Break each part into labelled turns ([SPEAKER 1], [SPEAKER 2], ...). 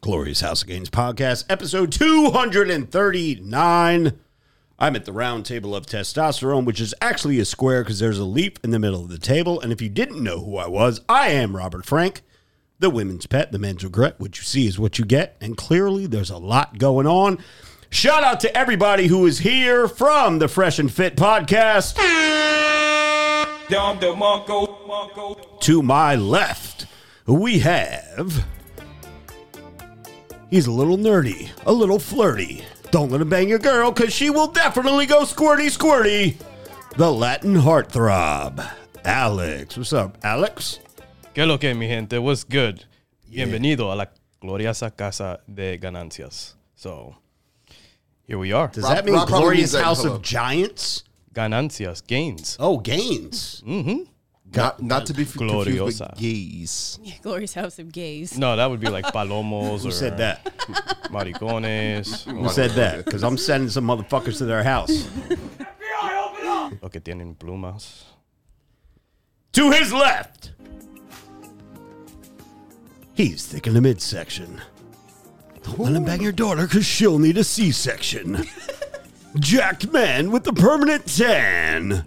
[SPEAKER 1] Glorious House of Gains podcast, episode 239. I'm at the round table of testosterone, which is actually a square because there's a leaf in the middle of the table. And if you didn't know who I was, I am Robert Frank, the women's pet, the man's regret. What you see is what you get. And clearly, there's a lot going on. Shout out to everybody who is here from the Fresh and Fit podcast.
[SPEAKER 2] Dom DeMarco, Marco.
[SPEAKER 1] To my left, we have. He's a little nerdy, a little flirty. Don't let him bang your girl, because she will definitely go squirty squirty. The Latin heartthrob, Alex. What's up, Alex?
[SPEAKER 3] ¿Qué lo que, mi gente? What's good? Bienvenido a la gloriosa casa de ganancias. So, here we are.
[SPEAKER 1] Does
[SPEAKER 4] Rob-
[SPEAKER 1] that mean
[SPEAKER 4] Rob probably
[SPEAKER 1] Glorious
[SPEAKER 4] means that-
[SPEAKER 1] House
[SPEAKER 4] hello.
[SPEAKER 1] of Giants?
[SPEAKER 3] Ganancias, gains.
[SPEAKER 1] Oh, Gaines.
[SPEAKER 4] Not, not to be f- confused
[SPEAKER 3] Gloriosa.
[SPEAKER 4] with gays.
[SPEAKER 5] Glorious House of Gays.
[SPEAKER 3] No, that would be like palomos or
[SPEAKER 1] Who said that?
[SPEAKER 3] maricones.
[SPEAKER 1] Who said that? Because I'm sending some motherfuckers to their house.
[SPEAKER 3] Lo que tienen plumas.
[SPEAKER 1] To his left. He's thick in the midsection. Don't let him bang your daughter because she'll need a C section. Jacked man with the permanent tan.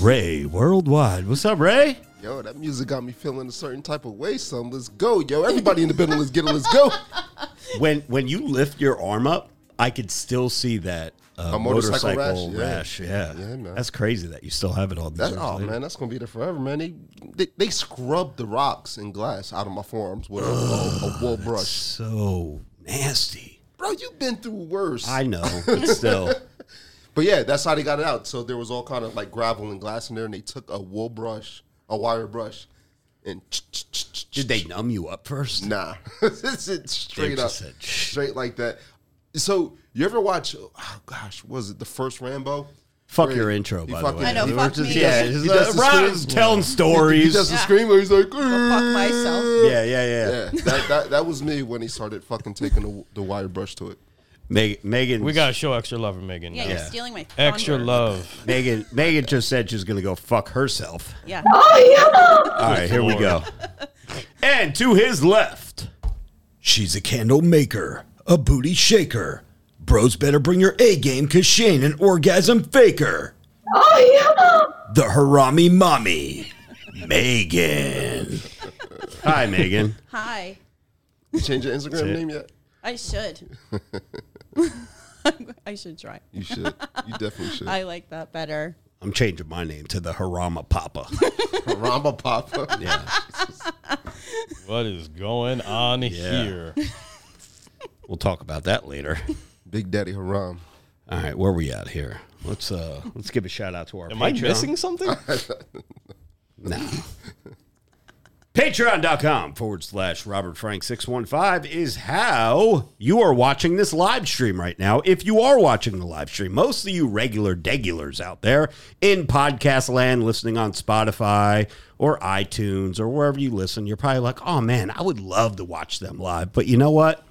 [SPEAKER 1] Ray Worldwide. What's up, Ray?
[SPEAKER 4] Yo, that music got me feeling a certain type of way, son. Let's go, yo. Everybody in the middle, let's get it, let's go.
[SPEAKER 1] When when you lift your arm up, I could still see that uh,
[SPEAKER 4] A motorcycle
[SPEAKER 1] motorcycle rash.
[SPEAKER 4] rash,
[SPEAKER 1] Yeah.
[SPEAKER 4] Yeah, man.
[SPEAKER 1] That's crazy that you still have it all these
[SPEAKER 4] That,
[SPEAKER 1] years
[SPEAKER 4] oh,
[SPEAKER 1] later.
[SPEAKER 4] man, that's going to be there forever, man. They, they, they scrubbed the rocks and glass out of my forearms with a, a, a wool brush.
[SPEAKER 1] So nasty.
[SPEAKER 4] Bro, you've been through worse.
[SPEAKER 1] I know, but still.
[SPEAKER 4] But yeah, that's how they got it out. So there was all kind of like gravel and glass in there, and they took a wool brush, a wire brush, and
[SPEAKER 1] Did they numb you up first?
[SPEAKER 4] Nah, it's it's straight up,
[SPEAKER 1] just said, "Shh."
[SPEAKER 4] straight like that. So you ever watch? Oh gosh, was it the first Rambo?
[SPEAKER 1] Fuck
[SPEAKER 4] Where
[SPEAKER 1] your
[SPEAKER 4] he-
[SPEAKER 1] intro,
[SPEAKER 4] he
[SPEAKER 1] by the
[SPEAKER 4] fucking-
[SPEAKER 1] way.
[SPEAKER 5] I know,
[SPEAKER 1] We were
[SPEAKER 5] fuck
[SPEAKER 1] just-
[SPEAKER 5] me.
[SPEAKER 1] Yeah,
[SPEAKER 4] He
[SPEAKER 1] just,
[SPEAKER 4] does
[SPEAKER 1] uh,
[SPEAKER 4] the
[SPEAKER 1] Ron's
[SPEAKER 4] scream.
[SPEAKER 1] telling
[SPEAKER 4] He
[SPEAKER 1] stories.
[SPEAKER 4] does the scream where he's like,
[SPEAKER 5] fuck myself.
[SPEAKER 1] yeah, yeah, yeah.
[SPEAKER 4] Yeah, that, that that was me when he started fucking taking the, the wire brush to it.
[SPEAKER 1] Meg- Megan,
[SPEAKER 3] We got to show extra love for Megan.
[SPEAKER 5] Yeah,
[SPEAKER 3] now.
[SPEAKER 5] you're
[SPEAKER 1] Yeah.
[SPEAKER 5] stealing my thunder.
[SPEAKER 3] Extra love.
[SPEAKER 1] Megan. Megan just said she's gonna go fuck herself.
[SPEAKER 5] Yeah.
[SPEAKER 1] All right, here we go. And to his left,
[SPEAKER 6] She's a candle maker, a booty shaker. Bros better bring your A game cause she ain't an orgasm faker. The Harami Mommy, Megan.
[SPEAKER 1] hi Megan.
[SPEAKER 5] Hi.
[SPEAKER 4] You change your Instagram
[SPEAKER 1] it.
[SPEAKER 4] name yet?
[SPEAKER 5] I should. I should try.
[SPEAKER 4] You should. You definitely should.
[SPEAKER 5] I like that better.
[SPEAKER 1] I'm changing my name to the Harama Papa.
[SPEAKER 4] Ramba Papa.
[SPEAKER 1] Yeah,
[SPEAKER 3] What is going on here?
[SPEAKER 1] we'll talk about that later.
[SPEAKER 4] Big Daddy Haram.
[SPEAKER 1] All right, where we at here? Let's uh, let's give a shout out to our.
[SPEAKER 3] Am I
[SPEAKER 1] Patreon.
[SPEAKER 3] missing something?
[SPEAKER 1] No. Patreon.com forward slash Robert Frank 615 is how you are watching this live stream right now. If you are watching the live stream, most of you regular degulars out there in podcast land listening on Spotify or iTunes or wherever you listen, you're probably like, oh man, I would love to watch them live. But you know what?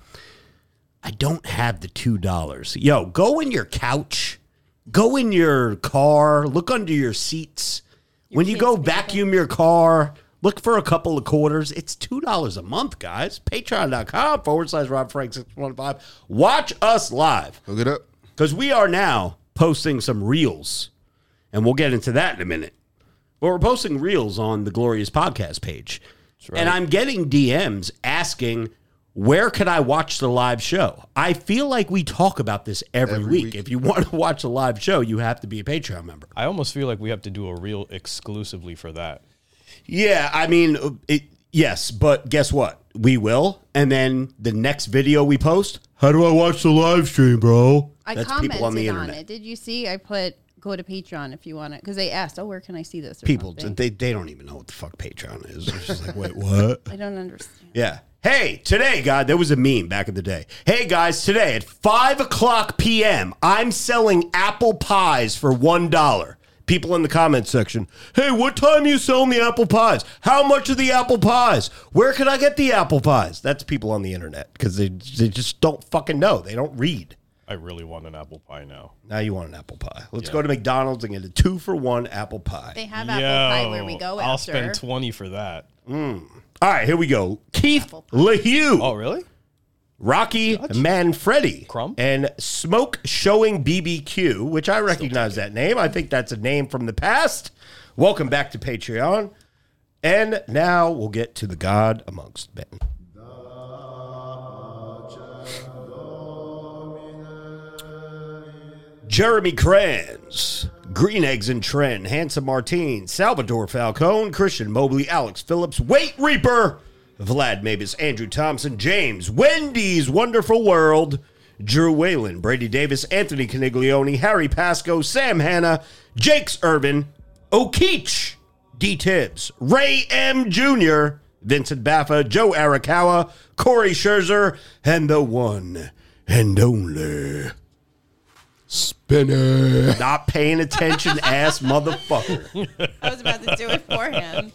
[SPEAKER 1] I don't have the two dollars. Yo, go in your couch, go in your car, look under your seats. when you go vacuum your car, look for a couple of quarters. It's two dollars a month, guys. Patreon.com forward slash Rob Frank six one five. Watch us live
[SPEAKER 4] Hook it up.
[SPEAKER 1] because we are now posting some reels, and we'll get into that in a minute. But we're posting reels on the Glorious Podcast page, and I'm getting DMs asking. Where could I watch the live show? I feel like we talk about this every,
[SPEAKER 4] Every
[SPEAKER 1] week.
[SPEAKER 4] week.
[SPEAKER 1] If you want to watch a live show, you have to be a Patreon member.
[SPEAKER 3] I almost feel like we have to do a reel exclusively for that.
[SPEAKER 1] Yeah, I mean, uh, it, yes, but guess what? We will, and then the next video we post. How do I watch the live stream, bro?
[SPEAKER 5] I commented on, it. Did you see? I put go to Patreon if you want it because they asked, "Oh, where can I see this?" Or
[SPEAKER 1] People,
[SPEAKER 5] something.
[SPEAKER 1] they, they don't even know what the fuck Patreon is. They're just like, wait, what?
[SPEAKER 5] I don't understand.
[SPEAKER 1] Yeah, Hey, today, God, there was a meme back in the day. Hey, guys, today at 5 o'clock p.m., I'm selling apple pies for $1. People in the comment section, hey, what time are you selling the apple pies? How much are the apple pies? Where can I get the apple pies? That's people on the internet because they, they just don't fucking know. They don't read.
[SPEAKER 3] I really want an apple pie now.
[SPEAKER 1] Now you want an apple pie. Let's go to McDonald's and get a two for one apple pie.
[SPEAKER 5] They have apple pie where we go
[SPEAKER 3] I'll
[SPEAKER 5] after.
[SPEAKER 3] spend 20 for that.
[SPEAKER 1] All right, here we go. Keith LaHue.
[SPEAKER 3] Oh, really?
[SPEAKER 1] Rocky Manfredi
[SPEAKER 3] Crumb?
[SPEAKER 1] and Smoke Showing BBQ, which I recognize that name. I think that's a name from the past. Welcome back to Patreon. And now we'll get to the God amongst men. Jeremy Kranz, Green Eggs and Trend, Handsome Martin, Salvador Falcone, Christian Mobley, Alex Phillips, Wait Reaper, Vlad Mavis, Andrew Thompson, James, Wendy's Wonderful World, Drew Whalen, Brady Davis, Anthony Caniglione, Harry Pasco, Sam Hanna, Jakes Urban, O'Keech, D Tibbs, Ray M. Jr., Vincent Baffa, Joe Arakawa, Corey Scherzer, and the one and only
[SPEAKER 4] Spinner.
[SPEAKER 1] not paying attention ass motherfucker
[SPEAKER 5] I was about to do it for him.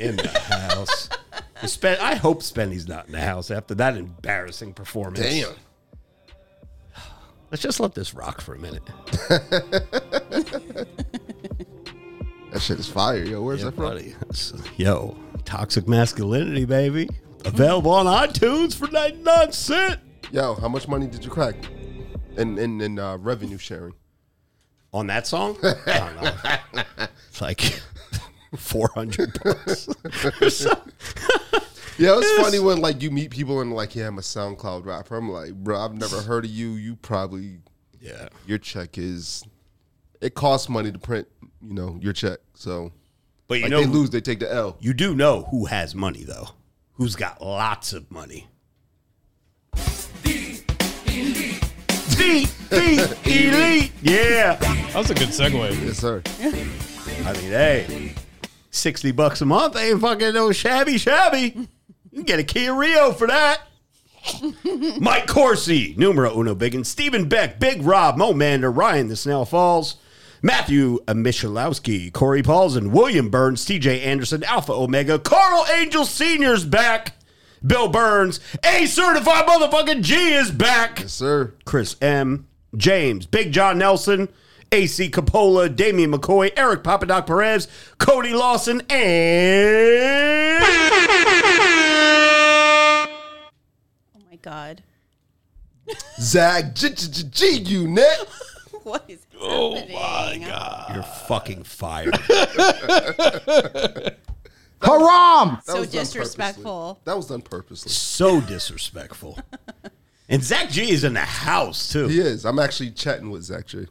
[SPEAKER 1] in the house. Spen- I hope Spenny's not in the house after that embarrassing performance.
[SPEAKER 4] Damn.
[SPEAKER 1] Let's just let this rock for a minute.
[SPEAKER 4] That shit is fire, yo. Where's that from?
[SPEAKER 1] Buddy. Yo, Toxic Masculinity, baby. Available on iTunes for 99 cents.
[SPEAKER 4] Yo, how much money did you crack? In in, in uh, revenue sharing.
[SPEAKER 1] On that song? I don't know. It's like 400 bucks or something.
[SPEAKER 4] Yeah, it's funny when like you meet people and like, yeah, I'm a SoundCloud rapper. I'm like, bro, I've never heard of you. You probably
[SPEAKER 1] Yeah.
[SPEAKER 4] your check is it costs money to print, you know, your check. So
[SPEAKER 1] But you
[SPEAKER 4] like
[SPEAKER 1] know,
[SPEAKER 4] they lose, they take the L.
[SPEAKER 1] you do know who has money, though. Who's got lots of money. The elite. elite. Yeah.
[SPEAKER 3] That was a good segue.
[SPEAKER 4] Yes, sir.
[SPEAKER 1] I mean, hey, 60 bucks a month ain't fucking no shabby shabby. You can get a Kia Rio for that. Mike Corsi, Numero Uno Biggin, Stephen Beck, Big Rob, Mo Mander, Ryan the Snail Falls, Matthew Michalowski, Corey Paulson, William Burns, TJ Anderson, Alpha Omega, Carl Angel Sr.'s back, Bill Burns, A Certified Motherfucking G is back.
[SPEAKER 4] Yes, sir.
[SPEAKER 1] Chris M, James, Big John Nelson, AC Capola, Damian McCoy, Eric Papadoc Perez, Cody Lawson, and
[SPEAKER 5] Oh my god,
[SPEAKER 4] Zag G G G G unit.
[SPEAKER 5] what is happening? Oh my god!
[SPEAKER 1] you're fucking fired.
[SPEAKER 5] So
[SPEAKER 4] was done purposely.
[SPEAKER 5] disrespectful.
[SPEAKER 4] That was done purposely.
[SPEAKER 1] so disrespectful. And Zach G is in the house too.
[SPEAKER 4] He is. I'm actually chatting with Zach G.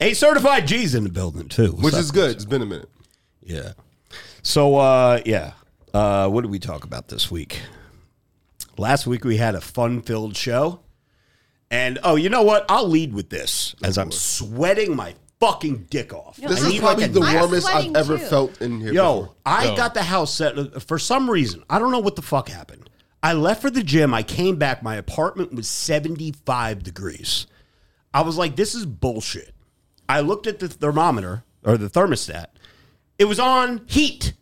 [SPEAKER 1] A certified G's in the building too,
[SPEAKER 4] Which
[SPEAKER 1] So-
[SPEAKER 4] is good. It's been a minute.
[SPEAKER 1] yeah. So uh, yeah, uh, what did we talk about this week? Last week we had a fun-filled show, and oh, you know what? I'll lead with this as I'm sweating my fucking dick off. I
[SPEAKER 4] This is
[SPEAKER 1] need,
[SPEAKER 4] probably
[SPEAKER 1] like, a
[SPEAKER 4] the
[SPEAKER 5] I'm
[SPEAKER 4] warmest I've
[SPEAKER 5] sweating
[SPEAKER 4] ever
[SPEAKER 5] too.
[SPEAKER 4] felt in here.
[SPEAKER 1] Yo,
[SPEAKER 4] before.
[SPEAKER 1] I got the house set uh, for some reason. I don't know what the fuck happened. I left for the gym. I came back. My apartment was 75 degrees. I was like, this is bullshit. I looked at the thermometer or the thermostat. It was on heat.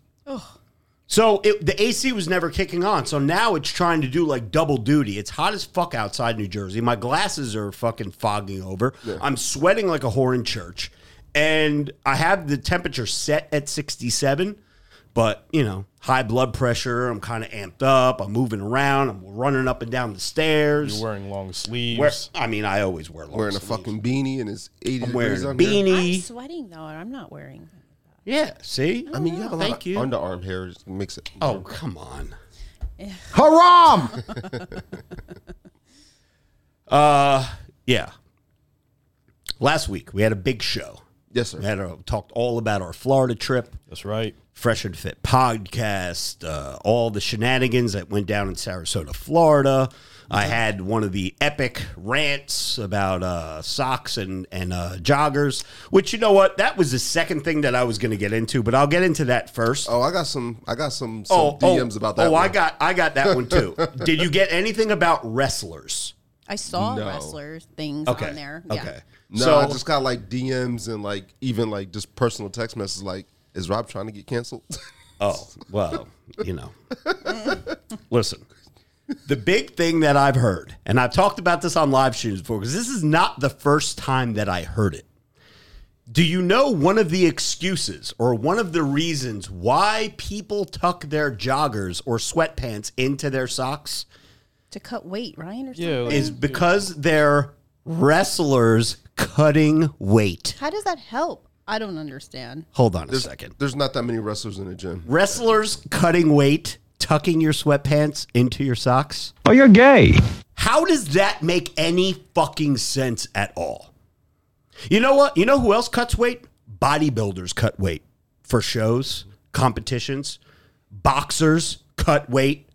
[SPEAKER 1] So it, the AC was never kicking on. So now it's trying to do like double duty. It's hot as fuck outside New Jersey. My glasses are fucking fogging over. I'm sweating like a whore in church. And I have the temperature set at 67, but you know, high blood pressure. I'm kind of amped up. I'm moving around. I'm running up and down the stairs.
[SPEAKER 3] You're wearing long sleeves.
[SPEAKER 1] Where- I mean, I always wear long
[SPEAKER 4] wearing a
[SPEAKER 1] sleeves.
[SPEAKER 4] fucking beanie and it's 80
[SPEAKER 1] I'm wearing
[SPEAKER 4] degrees
[SPEAKER 1] a
[SPEAKER 4] on here.
[SPEAKER 5] I'm
[SPEAKER 1] beanie.
[SPEAKER 5] sweating though, and I'm not wearing.
[SPEAKER 1] Yeah, see?
[SPEAKER 4] I mean, you have a
[SPEAKER 1] Thank
[SPEAKER 4] lot
[SPEAKER 1] you.
[SPEAKER 4] of underarm hair. Just mix it.
[SPEAKER 1] Oh, come on.
[SPEAKER 6] Haram!
[SPEAKER 1] Uh, Yeah. Last week we had a big show.
[SPEAKER 4] Yes, sir.
[SPEAKER 1] We had a, talked all about our Florida trip.
[SPEAKER 3] That's right.
[SPEAKER 1] Fresh and Fit podcast, uh, all the shenanigans that went down in Sarasota, Florida. I had one of the epic rants about uh, socks and and uh, joggers, which you know what that was the second thing that I was going to get into, but I'll get into that first.
[SPEAKER 4] Oh, I got some. I got some, some DMs about that.
[SPEAKER 1] Oh, I
[SPEAKER 4] one.
[SPEAKER 1] got I got that one too. Did you get anything about wrestlers?
[SPEAKER 5] I saw
[SPEAKER 4] No.
[SPEAKER 5] wrestler things on there. Yeah.
[SPEAKER 1] Okay.
[SPEAKER 4] No,
[SPEAKER 1] so
[SPEAKER 4] I just got like DMs and like even like just personal text messages. Like, is Rob trying to get canceled?
[SPEAKER 1] Oh, well, you know. Listen, the big thing that I've heard, and I've talked about this on live streams before, because this is not the first time that I heard it. Do you know one of the excuses or one of the reasons why people tuck their joggers or sweatpants into their socks
[SPEAKER 5] To cut weight, Ryan, or something.
[SPEAKER 3] Yeah, like,
[SPEAKER 1] is because they're wrestlers cutting weight?
[SPEAKER 5] How does that help? I don't understand.
[SPEAKER 1] Hold on a second.
[SPEAKER 4] There's not that many wrestlers in the gym.
[SPEAKER 1] Wrestlers cutting weight, tucking your sweatpants into your socks.
[SPEAKER 7] Oh, you're gay.
[SPEAKER 1] How does that make any fucking sense at all? You know what? You know who else cuts weight? Bodybuilders cut weight for shows, competitions. Boxers cut weight.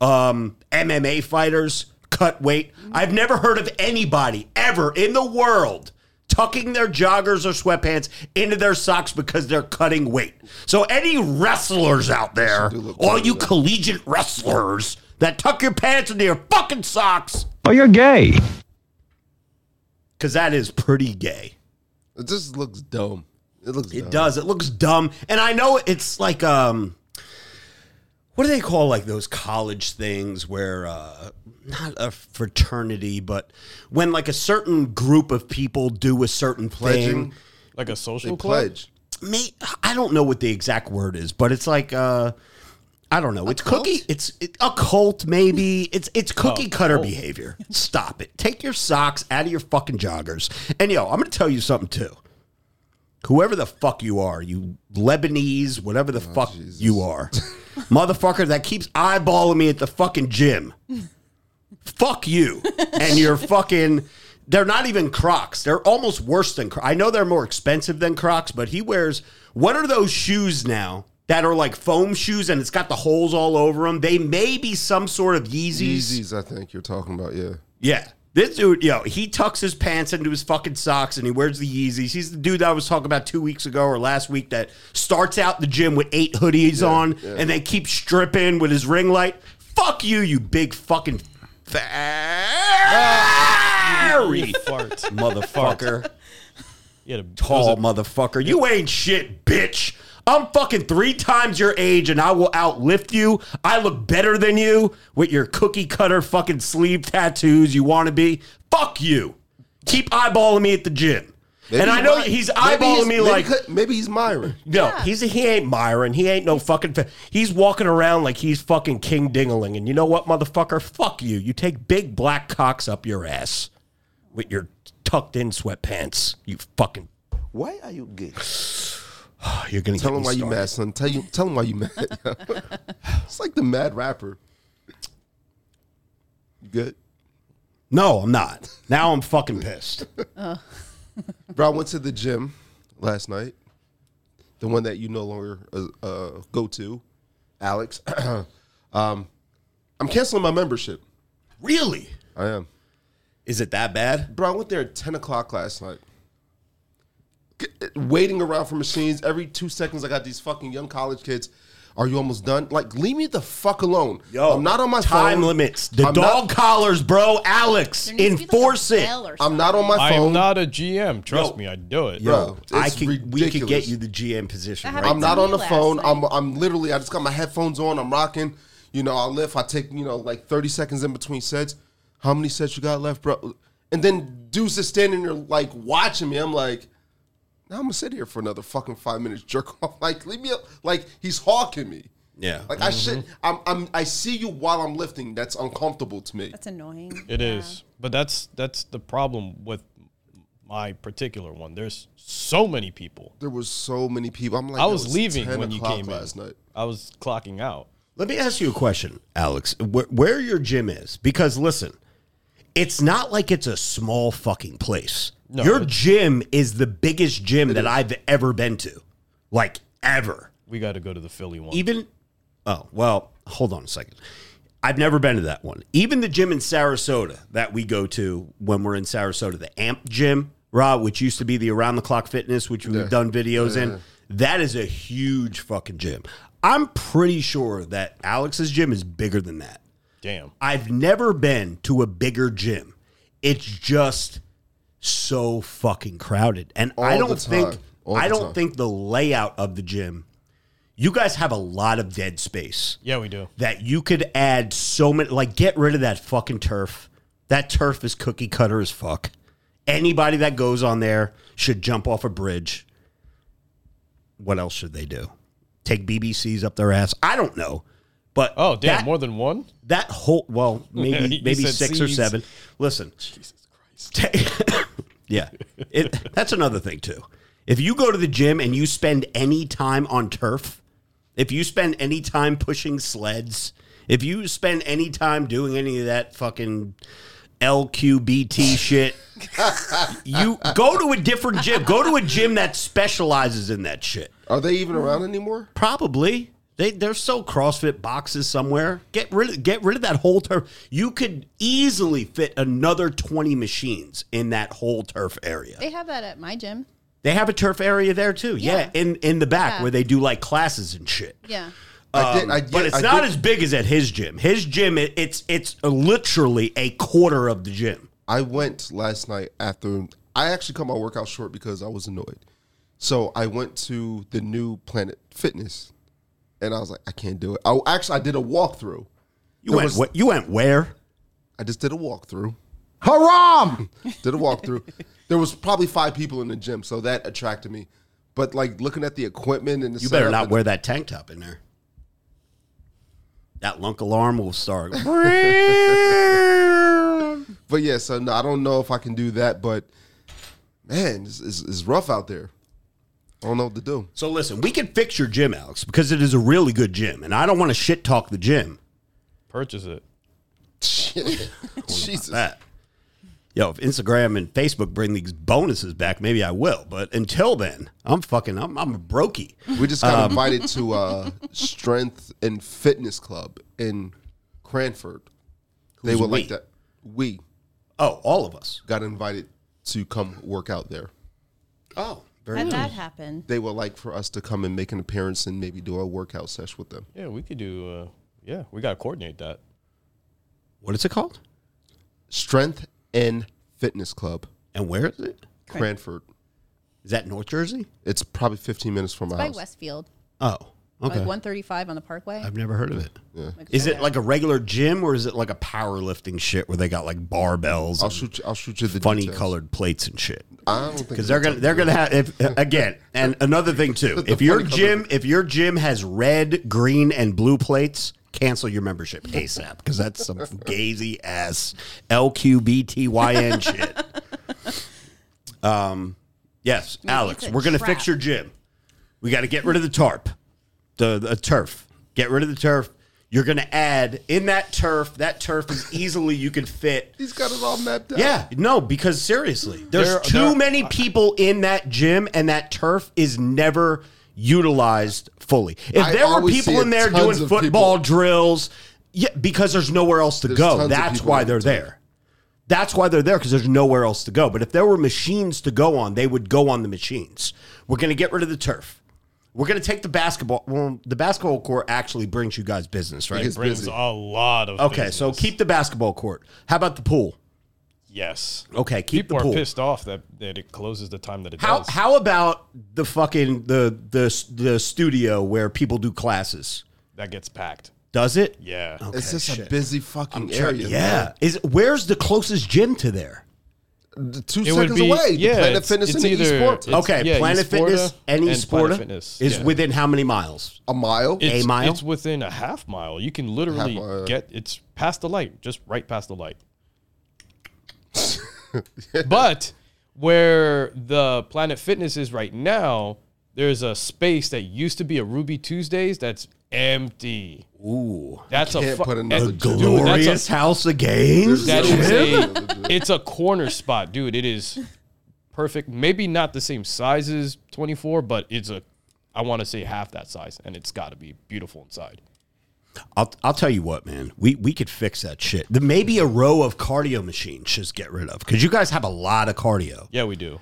[SPEAKER 1] Um, MMA fighters cut weight. I've never heard of anybody ever in the world tucking their joggers or sweatpants into their socks because they're cutting weight. So any wrestlers out there, all you collegiate wrestlers that tuck your pants into your fucking socks,
[SPEAKER 7] Oh, you're gay.
[SPEAKER 1] because that is pretty gay.
[SPEAKER 4] It just looks dumb. It looks.
[SPEAKER 1] It
[SPEAKER 4] dumb.
[SPEAKER 1] does. It looks dumb. And I know it's like um what do they call like those college things where uh not a fraternity, but when like a certain group of people do a certain
[SPEAKER 4] Pledging.
[SPEAKER 1] thing.
[SPEAKER 3] like a social
[SPEAKER 4] They
[SPEAKER 3] club.
[SPEAKER 4] pledge.
[SPEAKER 1] May, I don't know what the exact word is, but it's like uh I don't know. It's
[SPEAKER 5] cult?
[SPEAKER 1] cookie. It's it, a cult, maybe. It's it's cookie cutter behavior. Stop it. Take your socks out of your fucking joggers. And yo, I'm gonna tell you something too. Whoever the fuck you are, you Lebanese, whatever the fuck you are, motherfucker that keeps eyeballing me at the fucking gym. fuck you and your fucking. They're not even Crocs. They're almost worse than Crocs. I know they're more expensive than Crocs, but he wears what are those shoes now that are like foam shoes and it's got the holes all over them? They may be some sort of Yeezys.
[SPEAKER 4] Yeezys, I think you're talking about. Yeah.
[SPEAKER 1] Yeah. This dude, yo, he tucks his pants into his fucking socks and he wears the Yeezys. He's the dude that I was talking about two weeks ago or last week that starts out the gym with eight hoodies on and then keeps stripping with his ring light. Fuck you, you big fucking
[SPEAKER 3] Ah.
[SPEAKER 1] fairy
[SPEAKER 3] Fart.
[SPEAKER 1] motherfucker.
[SPEAKER 3] You had a
[SPEAKER 1] Tall motherfucker. You ain't shit, bitch. I'm fucking three times your age and I will outlift you. I look better than you with your cookie cutter fucking sleeve tattoos you want to be. Fuck you. Keep eyeballing me at the gym.
[SPEAKER 4] Maybe
[SPEAKER 1] and I
[SPEAKER 4] he's
[SPEAKER 1] know
[SPEAKER 4] Myron.
[SPEAKER 1] he's
[SPEAKER 4] Maybe
[SPEAKER 1] eyeballing
[SPEAKER 4] he's-
[SPEAKER 1] me
[SPEAKER 4] maybe
[SPEAKER 1] like,
[SPEAKER 4] he- maybe he's Myron.
[SPEAKER 8] No, he's a, he ain't Myron. He ain't no fucking. Fa- he's walking around like he's fucking King Dingaling. And you know what, motherfucker? Fuck you. You take big black cocks up your ass with your tucked in sweatpants. You fucking.
[SPEAKER 6] Why are you gay?
[SPEAKER 1] you're gonna
[SPEAKER 4] Tell
[SPEAKER 1] get
[SPEAKER 4] him
[SPEAKER 1] me
[SPEAKER 4] why you
[SPEAKER 1] started.
[SPEAKER 4] mad, son. Tell you, tell him why you mad. it's like the mad rapper. You good?
[SPEAKER 1] No, I'm not. Now I'm fucking pissed.
[SPEAKER 4] Bro, I went to the gym last night. The one that you no longer uh, uh, go to, Alex. um, I'm canceling my membership.
[SPEAKER 1] really?
[SPEAKER 4] I am.
[SPEAKER 1] Is it that bad?
[SPEAKER 4] Bro, I went there at 10 o'clock last night. G- eh, Waiting around for machines. Every two seconds, I got these fucking young college kids. Are you almost done? Like, leave me the fuck alone.
[SPEAKER 1] Yo,
[SPEAKER 4] I'm not on my
[SPEAKER 1] time
[SPEAKER 4] phone.
[SPEAKER 1] limits. The
[SPEAKER 4] I'm
[SPEAKER 1] dog
[SPEAKER 4] Not,
[SPEAKER 1] collars, bro. Alex,
[SPEAKER 5] There needs to be, like, a
[SPEAKER 1] enforce it.
[SPEAKER 5] bell or
[SPEAKER 4] I'm
[SPEAKER 5] something.
[SPEAKER 4] not on my
[SPEAKER 3] I
[SPEAKER 4] phone.
[SPEAKER 3] am not a GM. Trust
[SPEAKER 1] Yo.
[SPEAKER 3] me, I do it.
[SPEAKER 4] Bro, Oh, it's
[SPEAKER 1] I can. We can get
[SPEAKER 4] ridiculous.
[SPEAKER 1] you the GM position.
[SPEAKER 5] That
[SPEAKER 1] Right?
[SPEAKER 5] happened
[SPEAKER 4] I'm not
[SPEAKER 5] to
[SPEAKER 4] on
[SPEAKER 5] me
[SPEAKER 4] the
[SPEAKER 5] last
[SPEAKER 4] phone.
[SPEAKER 5] night.
[SPEAKER 4] I'm I'm literally I just got my headphones on. I'm rocking. You know, I lift. I take you know like 30 seconds in between sets. How many sets you got left, bro? And then dudes is standing there like watching me. I'm like, now I'm gonna sit here for another fucking five minutes. Jerk off. Like leave me up. Like he's hawking me.
[SPEAKER 1] Yeah.
[SPEAKER 4] Like I should.
[SPEAKER 3] Mm-hmm.
[SPEAKER 4] I'm, I'm. I see you while I'm lifting. That's uncomfortable to me.
[SPEAKER 5] That's annoying.
[SPEAKER 3] It is, but that's that's the problem with my particular one. There's so many people.
[SPEAKER 4] There was so many people. I'm like,
[SPEAKER 3] I
[SPEAKER 4] it
[SPEAKER 3] was leaving
[SPEAKER 4] 10
[SPEAKER 3] when you
[SPEAKER 4] o'clock
[SPEAKER 3] came in.
[SPEAKER 4] last night.
[SPEAKER 3] I was clocking out.
[SPEAKER 1] Let me ask you a question, Alex. Where, where your gym is? Because listen, it's not like it's a small fucking place. your gym is the biggest gym that I've ever been to, like ever.
[SPEAKER 3] We got to go to the Philly one.
[SPEAKER 1] even oh well hold on a second i've never been to that one even the gym in sarasota that we go to when we're in sarasota the amp gym rob which used to be the around the clock fitness which we've done videos in that is a huge fucking gym i'm pretty sure that alex's gym is bigger than that
[SPEAKER 3] Damn.
[SPEAKER 1] I've never been to a bigger gym. It's just so fucking crowded. And I
[SPEAKER 4] All the
[SPEAKER 1] don't think
[SPEAKER 4] time. All
[SPEAKER 1] I
[SPEAKER 4] the
[SPEAKER 1] don't
[SPEAKER 4] time.
[SPEAKER 1] think the layout of the gym you guys have a lot of dead space
[SPEAKER 3] Yeah, we do.
[SPEAKER 1] that you could add so many like get rid of that fucking turf. That turf is cookie cutter as fuck. Anybody that goes on there should jump off a bridge. What else should they do? Take BBCs up their ass? I don't know. But
[SPEAKER 3] Oh, damn,
[SPEAKER 1] that-
[SPEAKER 3] more than one?
[SPEAKER 1] that whole well
[SPEAKER 3] You
[SPEAKER 1] maybe maybe
[SPEAKER 3] said
[SPEAKER 1] six or
[SPEAKER 3] seeds.
[SPEAKER 1] seven listen jesus christ yeah it, that's another thing too if you go to the gym and you spend any time on turf if you spend any time pushing sleds if you spend any time doing any of that fucking lqbt shit you go to a different gym go to a gym that specializes in that shit
[SPEAKER 4] Are they even around anymore?
[SPEAKER 1] Probably. They they're so CrossFit boxes somewhere. Get rid of get rid of that whole turf. You could easily fit another twenty machines in that whole turf area.
[SPEAKER 5] They have that at my gym.
[SPEAKER 1] They have a turf area there too. Yeah,
[SPEAKER 5] Yeah.
[SPEAKER 1] in in the back
[SPEAKER 5] Yeah.
[SPEAKER 1] where they do like classes and shit.
[SPEAKER 5] Yeah.
[SPEAKER 4] I did, I
[SPEAKER 1] Um, But
[SPEAKER 4] did-
[SPEAKER 1] it's
[SPEAKER 4] I
[SPEAKER 1] not
[SPEAKER 4] did-
[SPEAKER 1] as big as at his gym. His gym it, it's it's literally a quarter of the gym.
[SPEAKER 4] I went last night after I actually cut my workout short because I was annoyed. So I went to the new Planet Fitness, and I was like, I can't do it. I actually I did a walkthrough.
[SPEAKER 1] You
[SPEAKER 4] There
[SPEAKER 1] went
[SPEAKER 4] was-
[SPEAKER 1] wh- you went where?
[SPEAKER 4] I just did a walkthrough. Haram! did a walkthrough. There was probably five people in the gym, so that attracted me. But like looking at the equipment and the
[SPEAKER 1] You better
[SPEAKER 4] setup
[SPEAKER 1] not
[SPEAKER 4] and-
[SPEAKER 1] wear that tank top in there. That lunk alarm will start.
[SPEAKER 4] But yeah, so no, I don't know if I can do that. But man, it's, it's, it's rough out there. I don't know what to do.
[SPEAKER 1] So listen, we can fix your gym, Alex, because it is a really good gym, and I don't want to shit talk the gym.
[SPEAKER 3] Purchase it.
[SPEAKER 4] Jesus,
[SPEAKER 1] That, yo, if Instagram and Facebook bring these bonuses back, maybe I will. But until then, I'm fucking, I'm, I'm a brokey.
[SPEAKER 4] we just got
[SPEAKER 1] Um,
[SPEAKER 4] invited to uh, Strength and Fitness Club in Cranford. they
[SPEAKER 1] Who's
[SPEAKER 4] would
[SPEAKER 1] we?
[SPEAKER 4] like that. We
[SPEAKER 1] Oh, all of us.
[SPEAKER 4] got invited to come work out there.
[SPEAKER 1] Oh, very
[SPEAKER 5] How'd
[SPEAKER 1] nice.
[SPEAKER 5] that happen?
[SPEAKER 4] They would like for us to come and make an appearance and maybe do a workout sesh with them.
[SPEAKER 3] Yeah, we could do. Uh, yeah, we got to coordinate that.
[SPEAKER 1] What is it called?
[SPEAKER 4] Strength and Fitness Club,
[SPEAKER 1] And where is it?
[SPEAKER 4] Cranford.
[SPEAKER 1] Is that North Jersey?
[SPEAKER 4] It's probably 15 minutes from my
[SPEAKER 5] By
[SPEAKER 4] house.
[SPEAKER 5] Westfield.
[SPEAKER 1] Oh, okay.
[SPEAKER 5] Like 135 on the Parkway.
[SPEAKER 1] I've never heard of it. Is
[SPEAKER 5] Like,
[SPEAKER 1] it like a regular gym or is it like a powerlifting shit where they got like barbells,
[SPEAKER 4] I'll
[SPEAKER 1] and
[SPEAKER 4] shoot you. I'll shoot you the
[SPEAKER 1] funny
[SPEAKER 4] details.
[SPEAKER 1] colored plates and shit?
[SPEAKER 4] I don't think
[SPEAKER 1] because they're gonna they're gonna have if, again and another thing too if your
[SPEAKER 4] funny
[SPEAKER 1] gym if your gym has red green and blue plates cancel your membership asap because that's some gazy ass lqbtyn shit um yes
[SPEAKER 5] Maybe
[SPEAKER 1] alex
[SPEAKER 5] it's a
[SPEAKER 1] we're gonna fix
[SPEAKER 5] trap.
[SPEAKER 1] your gym we got to get rid of the tarp the, the turf get rid of the turf you're gonna add in that turf that turf is easily you can fit
[SPEAKER 4] He's got it all mapped out.
[SPEAKER 1] yeah, Uh, no, because seriously, there's
[SPEAKER 3] There-
[SPEAKER 1] too
[SPEAKER 3] there-
[SPEAKER 1] many people in that gym, and that turf is never utilized fully. If
[SPEAKER 4] I
[SPEAKER 1] there were
[SPEAKER 4] always see
[SPEAKER 1] people in there
[SPEAKER 4] tons
[SPEAKER 1] doing
[SPEAKER 4] of
[SPEAKER 1] football
[SPEAKER 4] people-
[SPEAKER 1] drills, yeah, because there's nowhere else to
[SPEAKER 4] There's tons
[SPEAKER 1] go.
[SPEAKER 4] of
[SPEAKER 1] That's
[SPEAKER 4] people
[SPEAKER 1] why
[SPEAKER 4] on the
[SPEAKER 1] they're
[SPEAKER 4] turf.
[SPEAKER 1] there. That's why they're there because there's nowhere else to go. But if there were machines to go on, they would go on the machines. We're gonna get rid of the turf. We're gonna take the basketball. Well, the basketball court actually brings you guys business, right?
[SPEAKER 4] Because-
[SPEAKER 3] Brings
[SPEAKER 4] Busy.
[SPEAKER 3] a lot of.
[SPEAKER 1] Okay, so
[SPEAKER 3] business.
[SPEAKER 1] keep the basketball court. How about the pool?
[SPEAKER 3] Yes.
[SPEAKER 1] Okay, keep
[SPEAKER 3] People
[SPEAKER 1] the pool.
[SPEAKER 3] are pissed off that, that it closes the time that it
[SPEAKER 1] How
[SPEAKER 3] does.
[SPEAKER 1] how about the fucking the the the studio where people do classes?
[SPEAKER 3] that gets packed.
[SPEAKER 1] Does it?
[SPEAKER 3] Yeah.
[SPEAKER 4] It's just a
[SPEAKER 1] shit.
[SPEAKER 4] busy fucking area.
[SPEAKER 1] Yeah. Is where's the closest gym to there?
[SPEAKER 4] man. two
[SPEAKER 3] It would
[SPEAKER 4] seconds
[SPEAKER 3] be-
[SPEAKER 4] away.
[SPEAKER 3] yeah,
[SPEAKER 4] Yeah, Planet
[SPEAKER 3] it's-
[SPEAKER 4] Fitness
[SPEAKER 3] it's
[SPEAKER 4] and
[SPEAKER 3] either-
[SPEAKER 4] Esports.
[SPEAKER 3] it's-
[SPEAKER 1] okay,
[SPEAKER 3] yeah,
[SPEAKER 1] Planet
[SPEAKER 3] Esporta
[SPEAKER 1] Fitness and
[SPEAKER 3] and Planet
[SPEAKER 1] Esporta
[SPEAKER 3] Fitness,
[SPEAKER 1] is
[SPEAKER 3] yeah.
[SPEAKER 1] within how many miles?
[SPEAKER 4] A mile.
[SPEAKER 3] It's,
[SPEAKER 1] mile?
[SPEAKER 3] It's within a half mile. You can literally
[SPEAKER 4] Half mile, yeah.
[SPEAKER 3] get. It's past the light, just right past the light. but where the Planet Fitness is right now, there's a space that used to be a Ruby Tuesdays that's empty.
[SPEAKER 1] Ooh,
[SPEAKER 3] That's a
[SPEAKER 4] can't
[SPEAKER 3] fu-
[SPEAKER 4] put another
[SPEAKER 3] and-
[SPEAKER 4] gym.
[SPEAKER 3] dude, that's a-
[SPEAKER 1] glorious house of games.
[SPEAKER 3] that
[SPEAKER 4] There's
[SPEAKER 3] is
[SPEAKER 4] no
[SPEAKER 3] a it's a corner spot, dude. It is perfect. Maybe not the same size as 24, but it's a I want to say half that size, and it's got to be beautiful inside.
[SPEAKER 1] I'll, I'll tell you what, man. We we could fix that shit. The, maybe a row of cardio machines just get rid of because you guys have a lot of cardio.
[SPEAKER 3] Yeah, we do.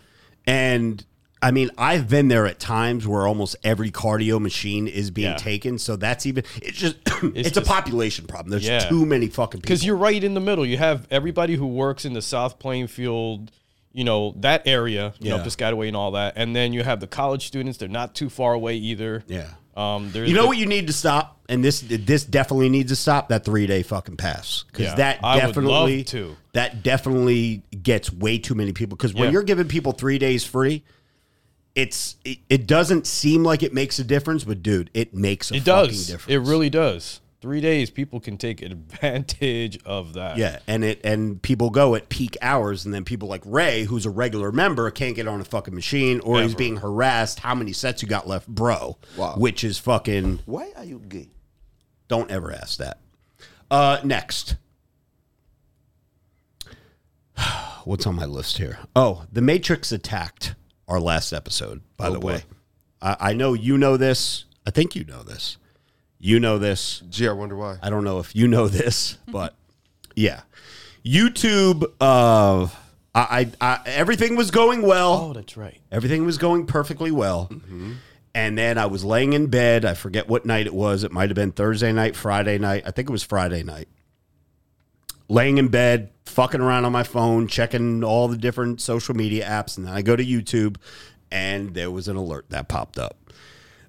[SPEAKER 1] And I mean, I've been there at times where almost every cardio machine is being
[SPEAKER 3] Yeah.
[SPEAKER 1] taken. So that's even it's just it's,
[SPEAKER 3] It's
[SPEAKER 1] a
[SPEAKER 3] just-
[SPEAKER 1] population problem. There's
[SPEAKER 3] Yeah.
[SPEAKER 1] too many fucking people.
[SPEAKER 3] Because you're right in the middle. You have everybody who works in the South Plainfield, you know, that area, you
[SPEAKER 1] Yeah.
[SPEAKER 3] know, Piscataway and all that. And then you have the college students. They're not too far away either.
[SPEAKER 1] Yeah.
[SPEAKER 3] Um, there's
[SPEAKER 1] You know what you need to stop, and this this definitely needs to stop that three day fucking pass because
[SPEAKER 3] Yeah,
[SPEAKER 1] that
[SPEAKER 3] I would love
[SPEAKER 1] definitely
[SPEAKER 3] to.
[SPEAKER 1] that definitely gets way too many people. Because when
[SPEAKER 3] Yeah.
[SPEAKER 1] you're giving people three days free, it's it, it doesn't seem like it makes a difference, but dude, it makes a
[SPEAKER 3] It
[SPEAKER 1] fucking
[SPEAKER 3] does.
[SPEAKER 1] difference.
[SPEAKER 3] It really does. Three days, people can take advantage of that.
[SPEAKER 1] yeah, and it and people go at peak hours, and then people like Ray, who's a regular member, can't get on a fucking machine, or he's being harassed. How many sets you got left, bro?
[SPEAKER 4] Wow.
[SPEAKER 1] Which is fucking.
[SPEAKER 6] Why are you gay?
[SPEAKER 1] Don't ever ask that. Uh, next. What's on my list here? Oh, The Matrix Attacked, our last episode,
[SPEAKER 6] Oh,
[SPEAKER 1] by the way. I, I know you know this. I think you know this. You know this.
[SPEAKER 4] Gee, I wonder why.
[SPEAKER 1] I don't know if you know this, but yeah. YouTube, uh, I, I, I, everything was going well.
[SPEAKER 3] Oh, that's right. Mm-hmm.
[SPEAKER 1] Everything was going perfectly well. And then I was laying in bed. I forget what night it was. It might have been Thursday night, Friday night. I think it was Friday night. Laying in bed, fucking around on my phone, checking all the different social media apps. And then I go to YouTube and there was an alert that popped up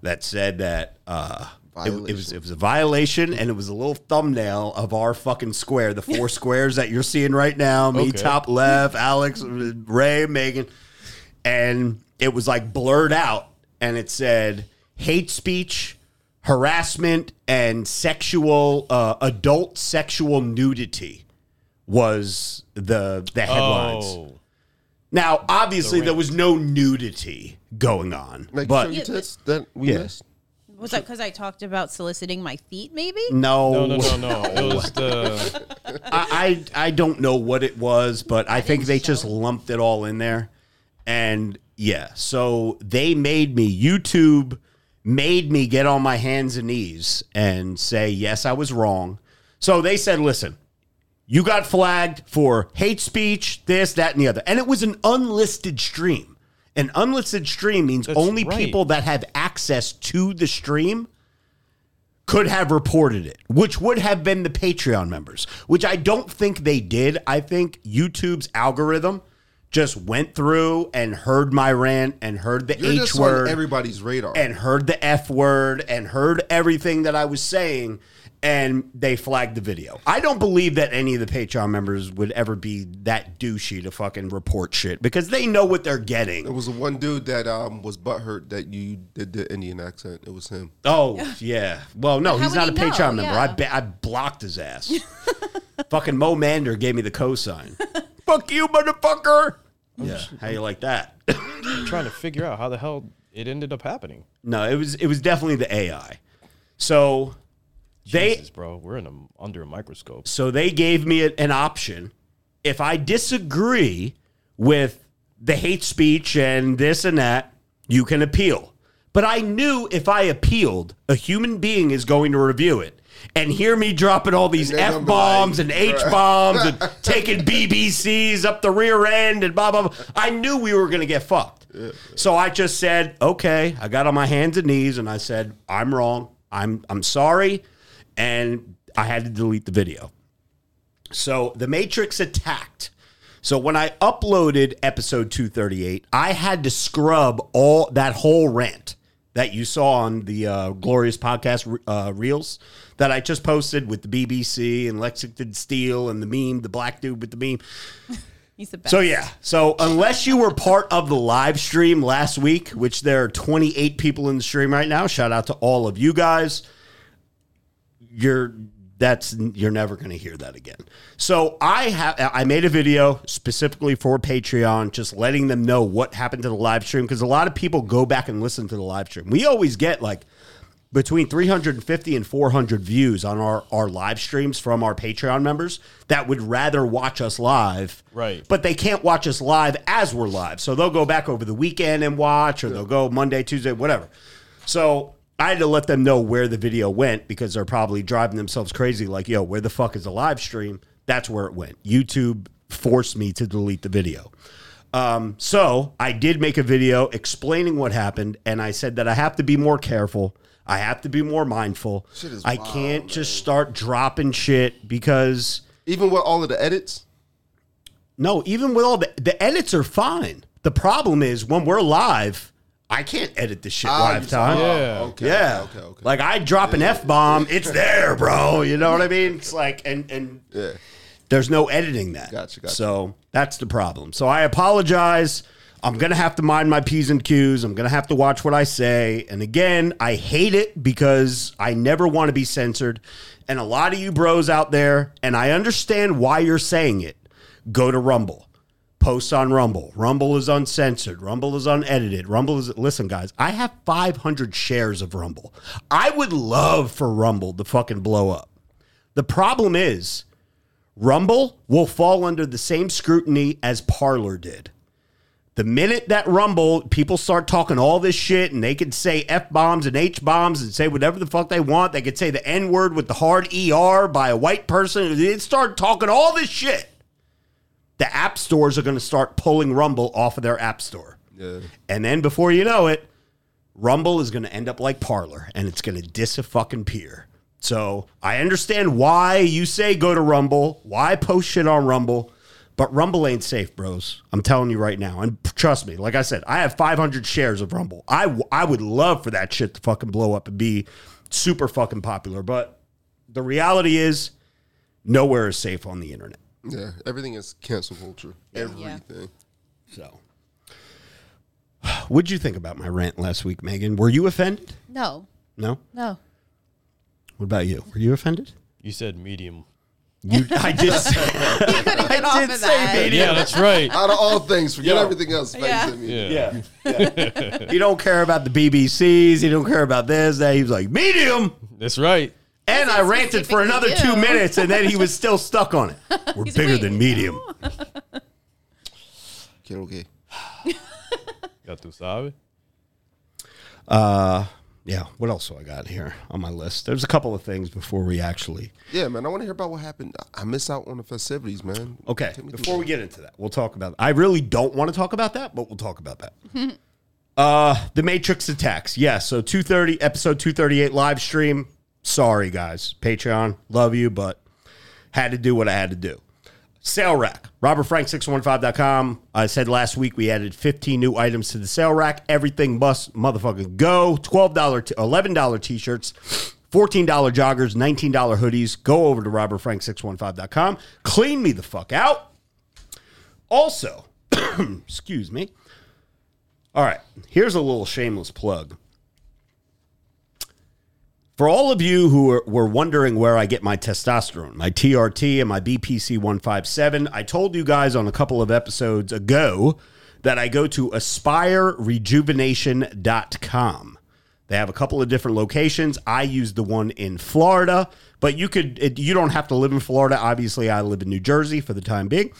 [SPEAKER 1] that said that uh, it, it was it was a violation and it was a little thumbnail of our fucking square, the four squares that you're seeing right now. Me
[SPEAKER 3] Okay.
[SPEAKER 1] top left, Alex, Ray, Megan, and it was like blurred out, and it said hate speech, harassment, and sexual uh, adult sexual nudity was the the headlines.
[SPEAKER 3] Oh,
[SPEAKER 1] Now, obviously, there was no nudity going on,
[SPEAKER 4] Like,
[SPEAKER 1] but.
[SPEAKER 4] show your tits that we
[SPEAKER 1] Yeah.
[SPEAKER 4] missed.
[SPEAKER 5] Was that because I talked about soliciting my feet? Maybe.
[SPEAKER 3] no, no, no, no. It was the.
[SPEAKER 1] I, I I don't know what it was, but I, think they just lumped it all in there. And yeah, so they made me YouTube made me get on my hands and knees and say, "Yes, I was wrong." So they said, "Listen, you got flagged for hate speech, this, that, and the other." And it was an unlisted stream. An unlisted stream means
[SPEAKER 3] That's
[SPEAKER 1] only
[SPEAKER 3] right.
[SPEAKER 1] people that have access to the stream could have reported it, which would have been the Patreon members, which I don't think they did. I think YouTube's algorithm just went through and heard my rant and heard the
[SPEAKER 4] You're
[SPEAKER 1] H
[SPEAKER 4] just
[SPEAKER 1] word
[SPEAKER 4] on everybody's radar.
[SPEAKER 1] and heard the F word and heard everything that I was saying and they flagged the video. I don't believe that any of the Patreon members would ever be that douchey to fucking report shit because they know what they're
[SPEAKER 4] It
[SPEAKER 1] getting.
[SPEAKER 4] was the one dude that um, was butthurt that you did the Indian accent. It was him.
[SPEAKER 1] Oh, yeah. Well, no,
[SPEAKER 5] How
[SPEAKER 1] he's
[SPEAKER 5] would
[SPEAKER 1] not a
[SPEAKER 5] he know?
[SPEAKER 1] Patreon member. I,
[SPEAKER 5] Yeah.
[SPEAKER 1] ba- I blocked his ass. fucking Mo Mander gave me the cosign. Fuck
[SPEAKER 5] Oh,
[SPEAKER 1] you, motherfucker. Yeah. How you like that?
[SPEAKER 3] I'm trying to figure out how the hell it ended up happening.
[SPEAKER 1] no, it was it was definitely the AI. So they
[SPEAKER 3] Jesus, bro, we're in a, under a microscope.
[SPEAKER 1] So they gave me a- an option. If I disagree with the hate speech and this and that, you can appeal. But I knew if I appealed, a human being is going to review it and hear me dropping all these
[SPEAKER 4] And they're
[SPEAKER 1] F
[SPEAKER 4] gonna be
[SPEAKER 1] bombs
[SPEAKER 4] like,
[SPEAKER 1] and H bombs and taking BBCs up the rear end and blah, blah, blah. I knew we were going to get fucked. So I just said, okay, I got on my hands and knees and I said, I'm wrong. I'm, I'm sorry. And I had to delete the video. So the Matrix attacked. So when I uploaded episode 238, I had to scrub all that whole rant that you saw on the uh, glorious podcast uh, reels that I just posted with the BBC and Lexington Steel and the meme, the black dude with the meme.
[SPEAKER 5] He's the best.
[SPEAKER 1] So yeah, so unless you were part of the live stream last week, which there are 28 people in the stream right now, shout out to all of you guys. You're that's you're never going to hear that again. So I have I made a video specifically for Patreon just letting them know what happened to the live stream because a lot of people go back and listen to the live stream. We always get like between 350 and 400 views on our, our live streams from our Patreon members that would rather watch us live.
[SPEAKER 3] Right.
[SPEAKER 1] But they can't watch us live as we're live. So they'll go back over the weekend and watch, or they'll go Monday, Tuesday, whatever. So I had to let them know where the video went because they're probably driving themselves crazy. Like, yo, where the fuck is the live stream? That's where it went. YouTube forced me to delete the video. Um, so I did make a video explaining what happened, and I said that I have to be more careful. I have to be more mindful.
[SPEAKER 4] is
[SPEAKER 1] I
[SPEAKER 4] wild,
[SPEAKER 1] can't just start dropping shit because
[SPEAKER 4] Even with all of the edits,
[SPEAKER 1] no, even with all the the edits are fine. The problem is when we're live, I can't edit this shit
[SPEAKER 4] Ah,
[SPEAKER 1] live
[SPEAKER 4] you saw-
[SPEAKER 1] time.
[SPEAKER 4] oh,
[SPEAKER 3] Yeah.
[SPEAKER 4] okay,
[SPEAKER 1] yeah.
[SPEAKER 4] okay, okay.
[SPEAKER 1] Like I drop an f bomb, it's there, bro. You know what I mean? It's like and and
[SPEAKER 4] yeah.
[SPEAKER 1] there's no editing that.
[SPEAKER 4] Gotcha, gotcha.
[SPEAKER 1] So that's the problem. So I apologize. I'm gonna have to mind my p's and q's. I'm gonna have to watch what I say. And again, I hate it because I never want to be censored. And a lot of you bros out there, and I understand why you're saying it. Go to Rumble. Posts on Rumble. Rumble is uncensored. Rumble is unedited. Rumble is listen, guys. I have 500 shares of Rumble. I would love for Rumble to fucking blow up. The problem is, Rumble will fall under the same scrutiny as Parlor did. The minute that Rumble, people start talking all this shit and they can say F bombs and H bombs and say whatever the fuck they want. They could say the N word with the hard ER by a white person. They start talking all this shit. The app stores are going to start pulling Rumble off of their app store. And then before you know it, Rumble is going to end up like Parlor, and it's going to diss a fucking peer. So I understand why you say go to Rumble, why post shit on Rumble, but Rumble ain't safe, bros. I'm telling you right now. And trust me, like I said, I have 500 shares of Rumble. I, w- I would love for that shit to fucking blow up and be super fucking popular. But the reality is, nowhere is safe on the internet.
[SPEAKER 4] Yeah, everything is cancel culture. Everything.
[SPEAKER 1] So, what'd you think about my rant last week, Megan? Were you offended?
[SPEAKER 5] No,
[SPEAKER 1] No?
[SPEAKER 5] no.
[SPEAKER 1] What about you? Were you offended?
[SPEAKER 3] You said medium.
[SPEAKER 1] You, I just
[SPEAKER 5] You couldn't get off of that.
[SPEAKER 3] Yeah, that's right.
[SPEAKER 4] Out of all things, forget
[SPEAKER 3] Yo.
[SPEAKER 4] everything else. Face
[SPEAKER 5] Yeah.
[SPEAKER 4] it, me.
[SPEAKER 3] Yeah.
[SPEAKER 1] yeah. you don't care about the BBCs. You don't care about this. That he was like medium,
[SPEAKER 3] That's right.
[SPEAKER 1] and I ranted for another two
[SPEAKER 5] Specifically you.
[SPEAKER 1] minutes, and then he was still stuck on it. We're bigger
[SPEAKER 5] wait,
[SPEAKER 1] than medium.
[SPEAKER 4] Kid, okay.
[SPEAKER 3] Ya tu sabes.
[SPEAKER 1] Uh, yeah. What else do I got here on my list? There's a couple of things before we actually.
[SPEAKER 4] Yeah, man. I want to hear about what happened. I- I miss out on the festivities, man.
[SPEAKER 1] Okay,
[SPEAKER 4] Take me through
[SPEAKER 1] before we
[SPEAKER 4] that.
[SPEAKER 1] get into that, we'll talk about. I really don't want to talk about that, but we'll talk about that. uh, the Matrix attacks. Yeah, so two thirty episode two thirty eight live stream. Sorry guys, Patreon, love you, but had to do what I had to do. Sale rack, robertfrank615.com. I said last week we added 15 new items to the sale rack. Everything must motherfucking go. $12, t- $11 t shirts, $14 joggers, $19 hoodies. Go over to robertfrank615.com. Clean me the fuck out. Also, excuse me. All right, here's a little shameless plug. For all of you who are, were wondering where I get my testosterone, my TRT, and my BPC 157, I told you guys on a couple of episodes ago that I go to aspirerejuvenation.com. They have a couple of different locations. I use the one in Florida, but you could it, you don't have to live in Florida. Obviously, I live in New Jersey for the time being.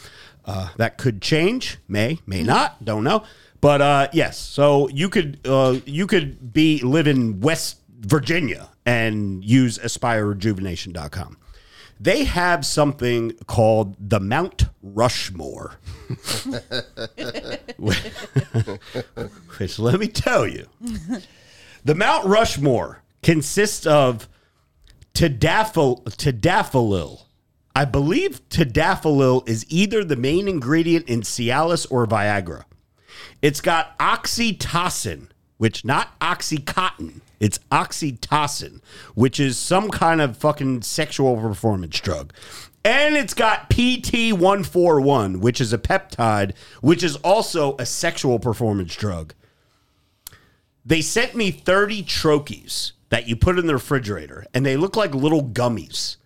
[SPEAKER 1] Uh, that could change, may may not, don't know. But uh, yes, so you could uh, you could be live in West Virginia and use AspireRejuvenation.com. They have something called the Mount Rushmore. Which let me tell you, the Mount Rushmore consists of tadafil, tadafilil. I believe tadafilil is either the main ingredient in Cialis or Viagra. It's got oxytocin, which not oxycontin. It's oxytocin, which is some kind of fucking sexual performance drug. And it's got PT141, which is a peptide, which is also a sexual performance drug. They sent me 30 trochees that you put in the refrigerator, and they look like little gummies.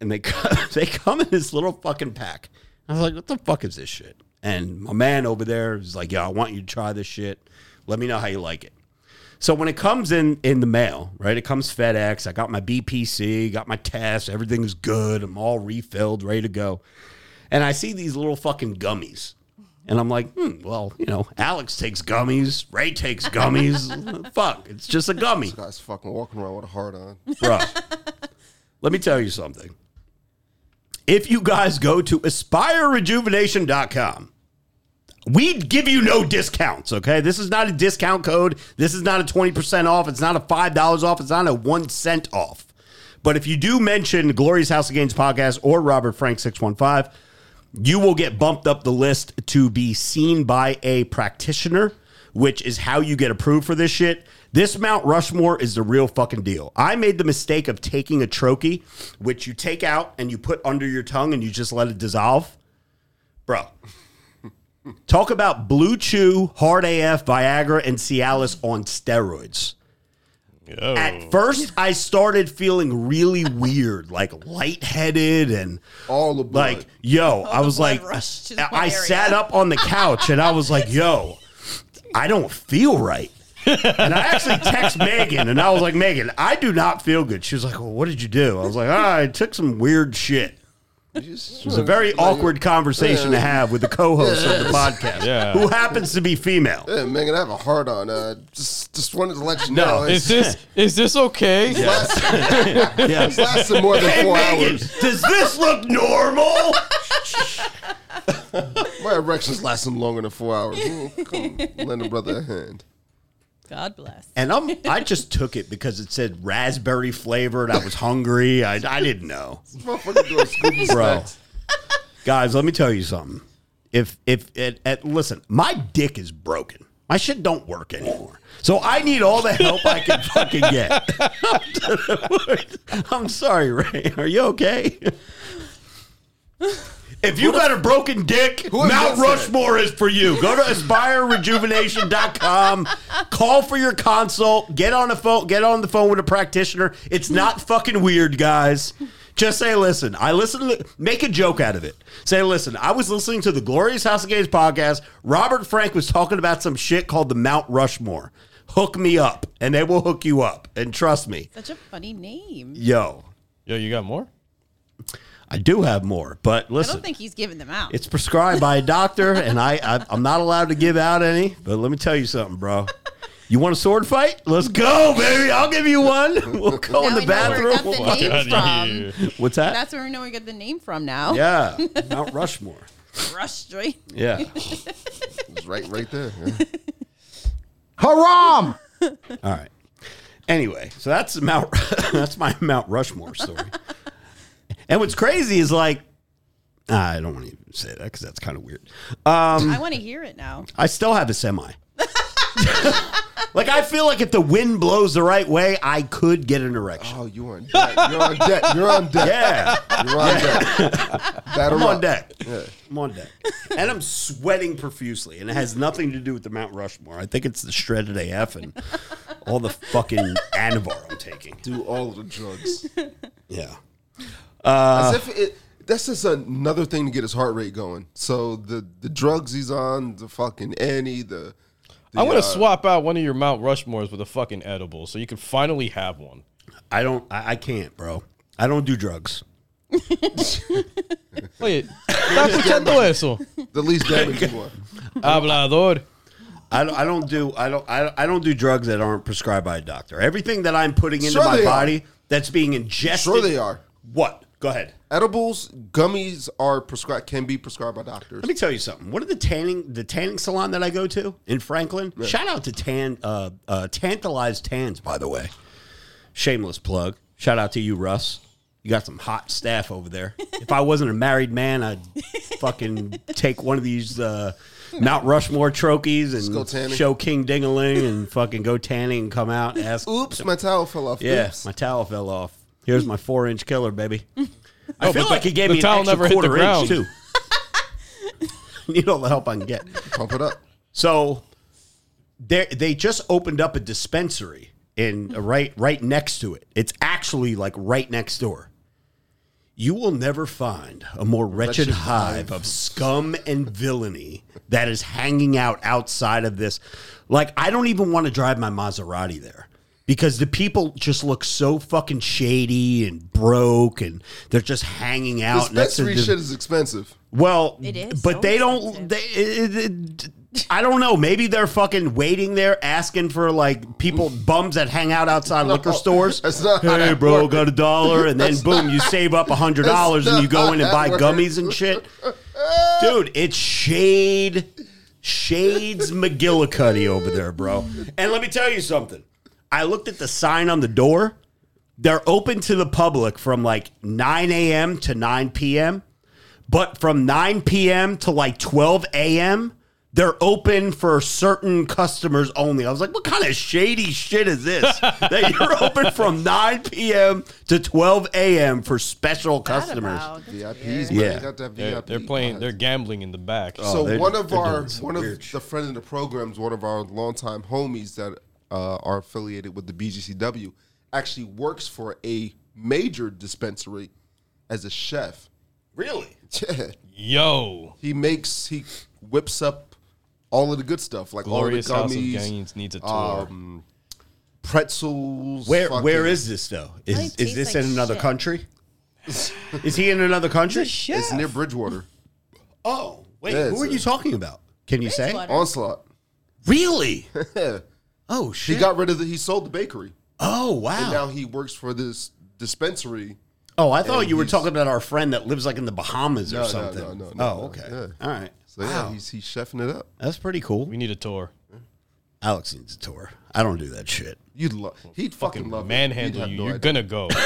[SPEAKER 1] And they come, they come in this little fucking pack. I was like, what the fuck is this shit? And my man over there is like, yo, I want you to try this shit. Let me know how you like it. So when it comes in in the mail, right? It comes FedEx. I got my BPC, got my test. Everything's good. I'm all refilled, ready to go. And I see these little fucking gummies. And I'm like, hmm, well, you know, Alex takes gummies, Ray takes gummies. Fuck, it's just a gummy,
[SPEAKER 4] Guys, fucking walking around with a heart on.
[SPEAKER 1] bro. Let me tell you something. If you guys go to aspirerejuvenation.com, we give you no discounts, okay? This is not a discount code. This is not a 20% off. It's not a $5 off. It's not a one cent off. But if you do mention Glory's House of Gains podcast or Robert Frank 615, you will get bumped up the list to be seen by a practitioner, which is how you get approved for this shit. This Mount Rushmore is the real fucking deal. I made the mistake of taking a troche, which you take out and you put under your tongue and you just let it dissolve. Bro, talk about Blue Chew, Hard AF, Viagra, and Cialis on steroids. At first, I started feeling really weird, like lightheaded and
[SPEAKER 4] All the blood.
[SPEAKER 1] like yo i was
[SPEAKER 7] blood
[SPEAKER 1] like
[SPEAKER 7] rushed to the
[SPEAKER 1] i
[SPEAKER 7] area.
[SPEAKER 1] sat up on the couch and i was like yo i don't feel right and i actually text megan and i was like megan i do not feel good she was like well what did you do i was like ah, i took some weird shit it was a very awkward conversation to have with the co-host of the podcast
[SPEAKER 3] Yeah.
[SPEAKER 1] who happens to be female
[SPEAKER 4] Yeah, Megan, I have a heart on. Uh, just, just wanted to let you
[SPEAKER 1] No,
[SPEAKER 4] know.
[SPEAKER 3] Is this is this okay?
[SPEAKER 4] It's lasted more than
[SPEAKER 1] hey
[SPEAKER 4] four
[SPEAKER 1] megan
[SPEAKER 4] hours.
[SPEAKER 1] does this look normal
[SPEAKER 4] My erections lasted longer than four hours. Mm, Come on, lend a brother a hand.
[SPEAKER 7] God bless.
[SPEAKER 1] And I'm I just took it because it said raspberry flavored. I was hungry. I, I didn't know.
[SPEAKER 4] This motherfucker doing Scooby
[SPEAKER 1] Bro.
[SPEAKER 4] snacks.
[SPEAKER 1] Guys, let me tell you something. If if it, it, listen, my dick is broken. My shit don't work anymore. So I need all the help I can fucking get. I'm sorry, Ray. Are you okay? If you got a broken dick,
[SPEAKER 4] has
[SPEAKER 1] Mount
[SPEAKER 4] that said?
[SPEAKER 1] Rushmore is for you. Go to aspirerejuvenation.com, call for your consult, get on the phone, get on the phone with a practitioner. It's not fucking weird, guys. Just say, listen, I listen to, make a joke out of it. Say, listen, I was listening to the Glorious House of Games podcast. Robert Frank was talking about some shit called the Mount Rushmore. Hook me up, and they will hook you up. And trust me,
[SPEAKER 5] Such a funny name.
[SPEAKER 1] yo,
[SPEAKER 3] Yo, you got more?
[SPEAKER 1] I do have more, but
[SPEAKER 5] I
[SPEAKER 1] listen.
[SPEAKER 5] don't think he's giving them out.
[SPEAKER 1] It's prescribed by a doctor, and I, I I'm not allowed to give out any. But let me tell you something, bro. You want a sword fight? Let's go, baby. I'll give you one. We'll go
[SPEAKER 5] Now
[SPEAKER 1] in the
[SPEAKER 5] we know where
[SPEAKER 1] bathroom.
[SPEAKER 5] we got the
[SPEAKER 1] We'll-
[SPEAKER 5] name from.
[SPEAKER 1] What's that?
[SPEAKER 5] That's where we know we got the name from now.
[SPEAKER 1] yeah, Mount Rushmore.
[SPEAKER 5] Rush joint.
[SPEAKER 1] Yeah.
[SPEAKER 4] It's right, right there.
[SPEAKER 6] Haram!
[SPEAKER 1] All right. Anyway, so that's Mount. that's my Mount Rushmore story. And what's crazy is like, I don't want to even say that because that's kind of weird. Um,
[SPEAKER 5] I want to hear it now.
[SPEAKER 1] I still have a semi. like I feel like if the wind blows the right way, I could get an erection.
[SPEAKER 4] Oh, you on deck. You're on deck. You're on deck.
[SPEAKER 1] Yeah,
[SPEAKER 4] You're on deck. Batter
[SPEAKER 1] I'm on
[SPEAKER 4] up.
[SPEAKER 1] deck.
[SPEAKER 4] Yeah.
[SPEAKER 1] I'm on deck, and I'm sweating profusely, and it has nothing to do with the Mount Rushmore. I think it's the shredded AF and all the fucking Anavar I'm taking.
[SPEAKER 4] Do all of the drugs.
[SPEAKER 1] Yeah, Uh,
[SPEAKER 4] As if it, that's just another thing to get his heart rate going. So the the drugs he's on, the fucking Annie, the. the
[SPEAKER 3] I want
[SPEAKER 4] uh,
[SPEAKER 3] to swap out one of your Mount Rushmores with a fucking edible, so you can finally have one.
[SPEAKER 1] I don't. I, I can't, bro. I don't do drugs.
[SPEAKER 3] Oye, está escuchando eso?
[SPEAKER 4] the least damage one.
[SPEAKER 3] Hablador.
[SPEAKER 1] I don't, I don't do I don't I don't- I don't do drugs that aren't prescribed by a doctor. Everything that I'm putting into
[SPEAKER 4] Sure
[SPEAKER 1] my
[SPEAKER 4] they are.
[SPEAKER 1] body that's being ingested.
[SPEAKER 4] Sure they are.
[SPEAKER 1] What? Go ahead.
[SPEAKER 4] Edibles, gummies are prescribed can be prescribed by doctors.
[SPEAKER 1] Let me tell you something. What are the tanning the tanning salon that I go to in Franklin? Shout out to Tan uh, uh, Tantalized Tans, by the way. Shameless plug. Shout out to you, Russ. You got some hot staff over there. If I wasn't a married man, I'd fucking take one of these uh, Mount Rushmore trophies
[SPEAKER 4] go
[SPEAKER 1] and
[SPEAKER 4] tanning.
[SPEAKER 1] show King Dingaling and fucking go tanning and come out and ask.
[SPEAKER 4] Oops, my towel fell off.
[SPEAKER 1] Yeah,
[SPEAKER 4] Oops.
[SPEAKER 1] my towel fell off. Here's my four inch killer, baby. I feel
[SPEAKER 3] but
[SPEAKER 1] like
[SPEAKER 3] the-
[SPEAKER 1] he gave
[SPEAKER 3] the
[SPEAKER 1] me an
[SPEAKER 3] towel
[SPEAKER 1] extra
[SPEAKER 3] never hit the
[SPEAKER 1] quarter inch
[SPEAKER 3] ground.
[SPEAKER 1] too. Need all the help I can get.
[SPEAKER 4] Pump it up.
[SPEAKER 1] So they they just opened up a dispensary in uh, right right next to it. It's actually like right next door. You will never find a more wretched,
[SPEAKER 4] Wretched
[SPEAKER 1] hive of scum and villainy that is hanging out outside of this. Like I don't even want to drive my Maserati there because the people just look so fucking shady and broke and they're just hanging out. and that's the
[SPEAKER 4] Dispensary
[SPEAKER 1] div-
[SPEAKER 4] shit is expensive.
[SPEAKER 1] well,
[SPEAKER 7] It is
[SPEAKER 1] but
[SPEAKER 7] so
[SPEAKER 1] they don't.
[SPEAKER 7] expensive.
[SPEAKER 1] They, it, it- it- I don't know. Maybe they're fucking waiting there, asking for like people bums that hang out outside liquor stores.
[SPEAKER 4] that's not how
[SPEAKER 1] hey,
[SPEAKER 4] that
[SPEAKER 1] bro,
[SPEAKER 4] works.
[SPEAKER 1] got a dollar, and then boom, you save up a hundred dollars, and you
[SPEAKER 4] not
[SPEAKER 1] go in and
[SPEAKER 4] how
[SPEAKER 1] buy
[SPEAKER 4] that
[SPEAKER 1] gummies and shit. Dude, it's shade, shades McGillicuddy over there, bro. And let me tell you something. I looked at the sign on the door. They're open to the public from like 9 a.m. to 9 p.m. But from 9 p.m. to like 12 a.m., they're open for certain customers only. I was like, what kind of shady shit is this? that you're open from 9 p.m. to 12 a.m. for special customers.
[SPEAKER 4] VIPs,
[SPEAKER 1] Yeah. Oh,
[SPEAKER 4] man. You got to have
[SPEAKER 3] They're,
[SPEAKER 4] VIP
[SPEAKER 3] they're playing. They're gambling in the back.
[SPEAKER 4] So
[SPEAKER 1] they're-
[SPEAKER 4] one of
[SPEAKER 1] they're
[SPEAKER 4] our
[SPEAKER 1] doing some
[SPEAKER 4] one of
[SPEAKER 1] weird
[SPEAKER 4] the friend of the programs, one of our longtime homies that uh, are affiliated with the BGCW, actually works for a major dispensary as a chef.
[SPEAKER 1] Really?
[SPEAKER 4] Yeah,
[SPEAKER 3] Yo,
[SPEAKER 4] he makes he whips up all of the good stuff like
[SPEAKER 3] glorious
[SPEAKER 4] all
[SPEAKER 3] house
[SPEAKER 4] the
[SPEAKER 3] of
[SPEAKER 4] gummies,
[SPEAKER 3] gains needs a tour.
[SPEAKER 4] um, pretzels.
[SPEAKER 1] Where where
[SPEAKER 4] fucking-
[SPEAKER 1] is this though?
[SPEAKER 7] Probably
[SPEAKER 1] Is is
[SPEAKER 7] tastes
[SPEAKER 1] this
[SPEAKER 7] like
[SPEAKER 1] in another
[SPEAKER 7] shit.
[SPEAKER 1] country? is he in another country?
[SPEAKER 4] It's near Bridgewater.
[SPEAKER 1] Oh, wait,
[SPEAKER 4] Yeah,
[SPEAKER 1] who
[SPEAKER 4] it's
[SPEAKER 1] are
[SPEAKER 4] a-
[SPEAKER 1] you talking about? Can you say?
[SPEAKER 7] Bridgewater.
[SPEAKER 4] Onslaught.
[SPEAKER 1] Really?
[SPEAKER 4] Yeah.
[SPEAKER 1] Oh
[SPEAKER 4] He
[SPEAKER 1] shit.
[SPEAKER 4] got rid of the. He sold the bakery,
[SPEAKER 1] oh
[SPEAKER 4] and
[SPEAKER 1] wow.
[SPEAKER 4] now he works for this dispensary.
[SPEAKER 1] oh, I thought
[SPEAKER 4] and
[SPEAKER 1] you were
[SPEAKER 4] he's-
[SPEAKER 1] talking about our friend that lives like in the Bahamas or
[SPEAKER 4] No, no,
[SPEAKER 1] something.
[SPEAKER 4] no, no, no,
[SPEAKER 1] oh,
[SPEAKER 4] no,
[SPEAKER 1] okay.
[SPEAKER 4] yeah.
[SPEAKER 1] All right.
[SPEAKER 4] So yeah,
[SPEAKER 1] wow.
[SPEAKER 4] he's he's chefing it up.
[SPEAKER 1] That's pretty cool.
[SPEAKER 3] we need a tour.
[SPEAKER 1] Alex needs a tour. I don't do that shit.
[SPEAKER 4] You'd love. He'd fucking, love it. You'd
[SPEAKER 3] Manhandle
[SPEAKER 4] have
[SPEAKER 3] you.
[SPEAKER 4] no
[SPEAKER 3] You're
[SPEAKER 4] idea.
[SPEAKER 3] gonna go.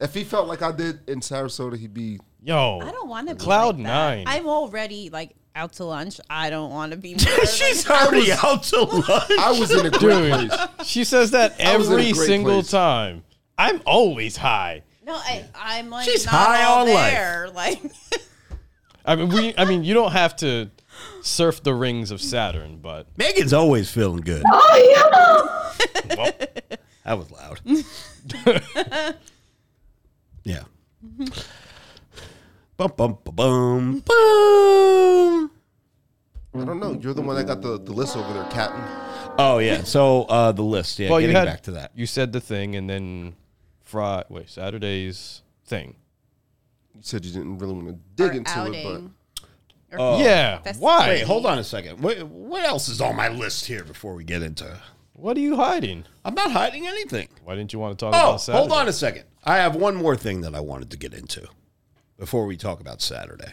[SPEAKER 4] If he felt like I did in Sarasota, he'd be.
[SPEAKER 3] Yo,
[SPEAKER 7] I don't want to be
[SPEAKER 3] cloud
[SPEAKER 7] like that.
[SPEAKER 3] nine.
[SPEAKER 7] I'm already like out to lunch. I don't want to be.
[SPEAKER 1] She's already out to lunch.
[SPEAKER 4] I was in a great
[SPEAKER 3] Dude,
[SPEAKER 4] place.
[SPEAKER 3] she says that
[SPEAKER 4] I was in a
[SPEAKER 3] every
[SPEAKER 4] great
[SPEAKER 3] single
[SPEAKER 4] place.
[SPEAKER 3] time. I'm always high.
[SPEAKER 7] No, I, I'm like
[SPEAKER 1] She's
[SPEAKER 7] not
[SPEAKER 1] high
[SPEAKER 7] all
[SPEAKER 1] on life.
[SPEAKER 7] there. Like
[SPEAKER 3] I mean, we. I mean, you don't have to surf the rings of Saturn, but
[SPEAKER 1] Megan's always feeling good.
[SPEAKER 3] well,
[SPEAKER 1] That was loud. yeah. Bum bum ba, boom boom.
[SPEAKER 4] I don't know. You're the one that got the, the list over there, Captain.
[SPEAKER 1] Oh yeah. So uh, the list. Yeah.
[SPEAKER 3] well, you
[SPEAKER 1] getting
[SPEAKER 3] had
[SPEAKER 1] back to that.
[SPEAKER 3] You said the thing, and then Friday, wait, Saturday's thing.
[SPEAKER 4] You said you didn't really want to dig
[SPEAKER 5] Our
[SPEAKER 4] into it,
[SPEAKER 5] outing.
[SPEAKER 3] yeah,
[SPEAKER 7] that's-
[SPEAKER 3] why?
[SPEAKER 1] Oh. Wait, hold on a second. What, what else is on my list here before we get into?
[SPEAKER 3] What are you hiding?
[SPEAKER 1] I'm not hiding anything.
[SPEAKER 3] Why didn't you want to talk
[SPEAKER 1] Oh,
[SPEAKER 3] about Saturday?
[SPEAKER 1] hold on a second. I have one more thing that I wanted to get into before we talk about Saturday.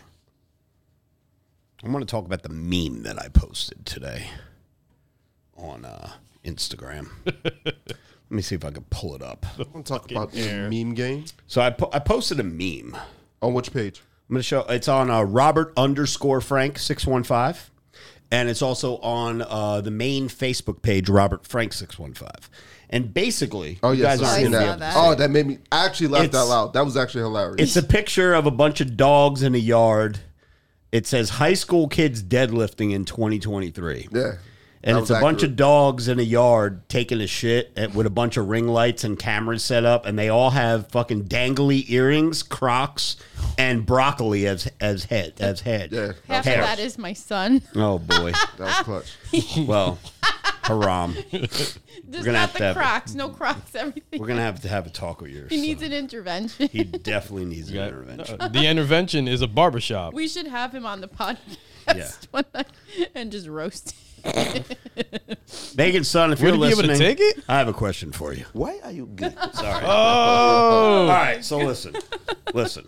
[SPEAKER 1] I want to talk about the meme that I posted today on uh, Instagram. Let me see if I can pull it up.
[SPEAKER 4] but I want to talk about the meme game.
[SPEAKER 1] So I, po- I posted a meme.
[SPEAKER 4] On which page?
[SPEAKER 1] I'm going to show it's on uh, Robert underscore Frank 615. And it's also on uh, the main Facebook page, Robert Frank 615. And basically,
[SPEAKER 4] Oh
[SPEAKER 1] you
[SPEAKER 4] yes,
[SPEAKER 1] guys
[SPEAKER 4] I've
[SPEAKER 1] aren't
[SPEAKER 4] seen
[SPEAKER 1] gonna be
[SPEAKER 4] that.
[SPEAKER 1] able to
[SPEAKER 4] Oh, that made me. I actually laughed
[SPEAKER 1] It's-
[SPEAKER 4] out loud. That was actually hilarious.
[SPEAKER 1] It's a picture of a bunch of dogs in a yard. It says high school kids deadlifting in 2023.
[SPEAKER 4] yeah.
[SPEAKER 1] And
[SPEAKER 4] That
[SPEAKER 1] it's
[SPEAKER 4] was
[SPEAKER 1] a bunch
[SPEAKER 4] accurate.
[SPEAKER 1] of dogs in a yard taking a shit at, with a bunch of ring lights and cameras set up, and they all have fucking dangly earrings, Crocs, and broccoli as as head as head.
[SPEAKER 4] Yeah.
[SPEAKER 5] Half
[SPEAKER 1] Hair.
[SPEAKER 5] of that is my son.
[SPEAKER 1] Oh boy.
[SPEAKER 4] That was clutch.
[SPEAKER 1] well, haram.
[SPEAKER 5] Just
[SPEAKER 1] gonna have
[SPEAKER 5] not
[SPEAKER 1] to
[SPEAKER 5] the
[SPEAKER 1] have it.
[SPEAKER 5] Crocs, no Crocs, everything.
[SPEAKER 1] We're gonna have to have a talk with yours.
[SPEAKER 5] He needs an intervention.
[SPEAKER 1] He definitely needs
[SPEAKER 3] Yeah,
[SPEAKER 1] an intervention.
[SPEAKER 3] no, Uh, the intervention is a barbershop.
[SPEAKER 5] We should have him on the podcast
[SPEAKER 1] Yeah.
[SPEAKER 5] one night and just roast. him.
[SPEAKER 1] Megan's son, if
[SPEAKER 3] Would
[SPEAKER 1] you're
[SPEAKER 3] he be able
[SPEAKER 1] listening,
[SPEAKER 3] to take it?
[SPEAKER 1] I have a question for you.
[SPEAKER 6] Why are you gay?
[SPEAKER 1] Sorry.
[SPEAKER 3] Oh,
[SPEAKER 1] All right, so listen, listen.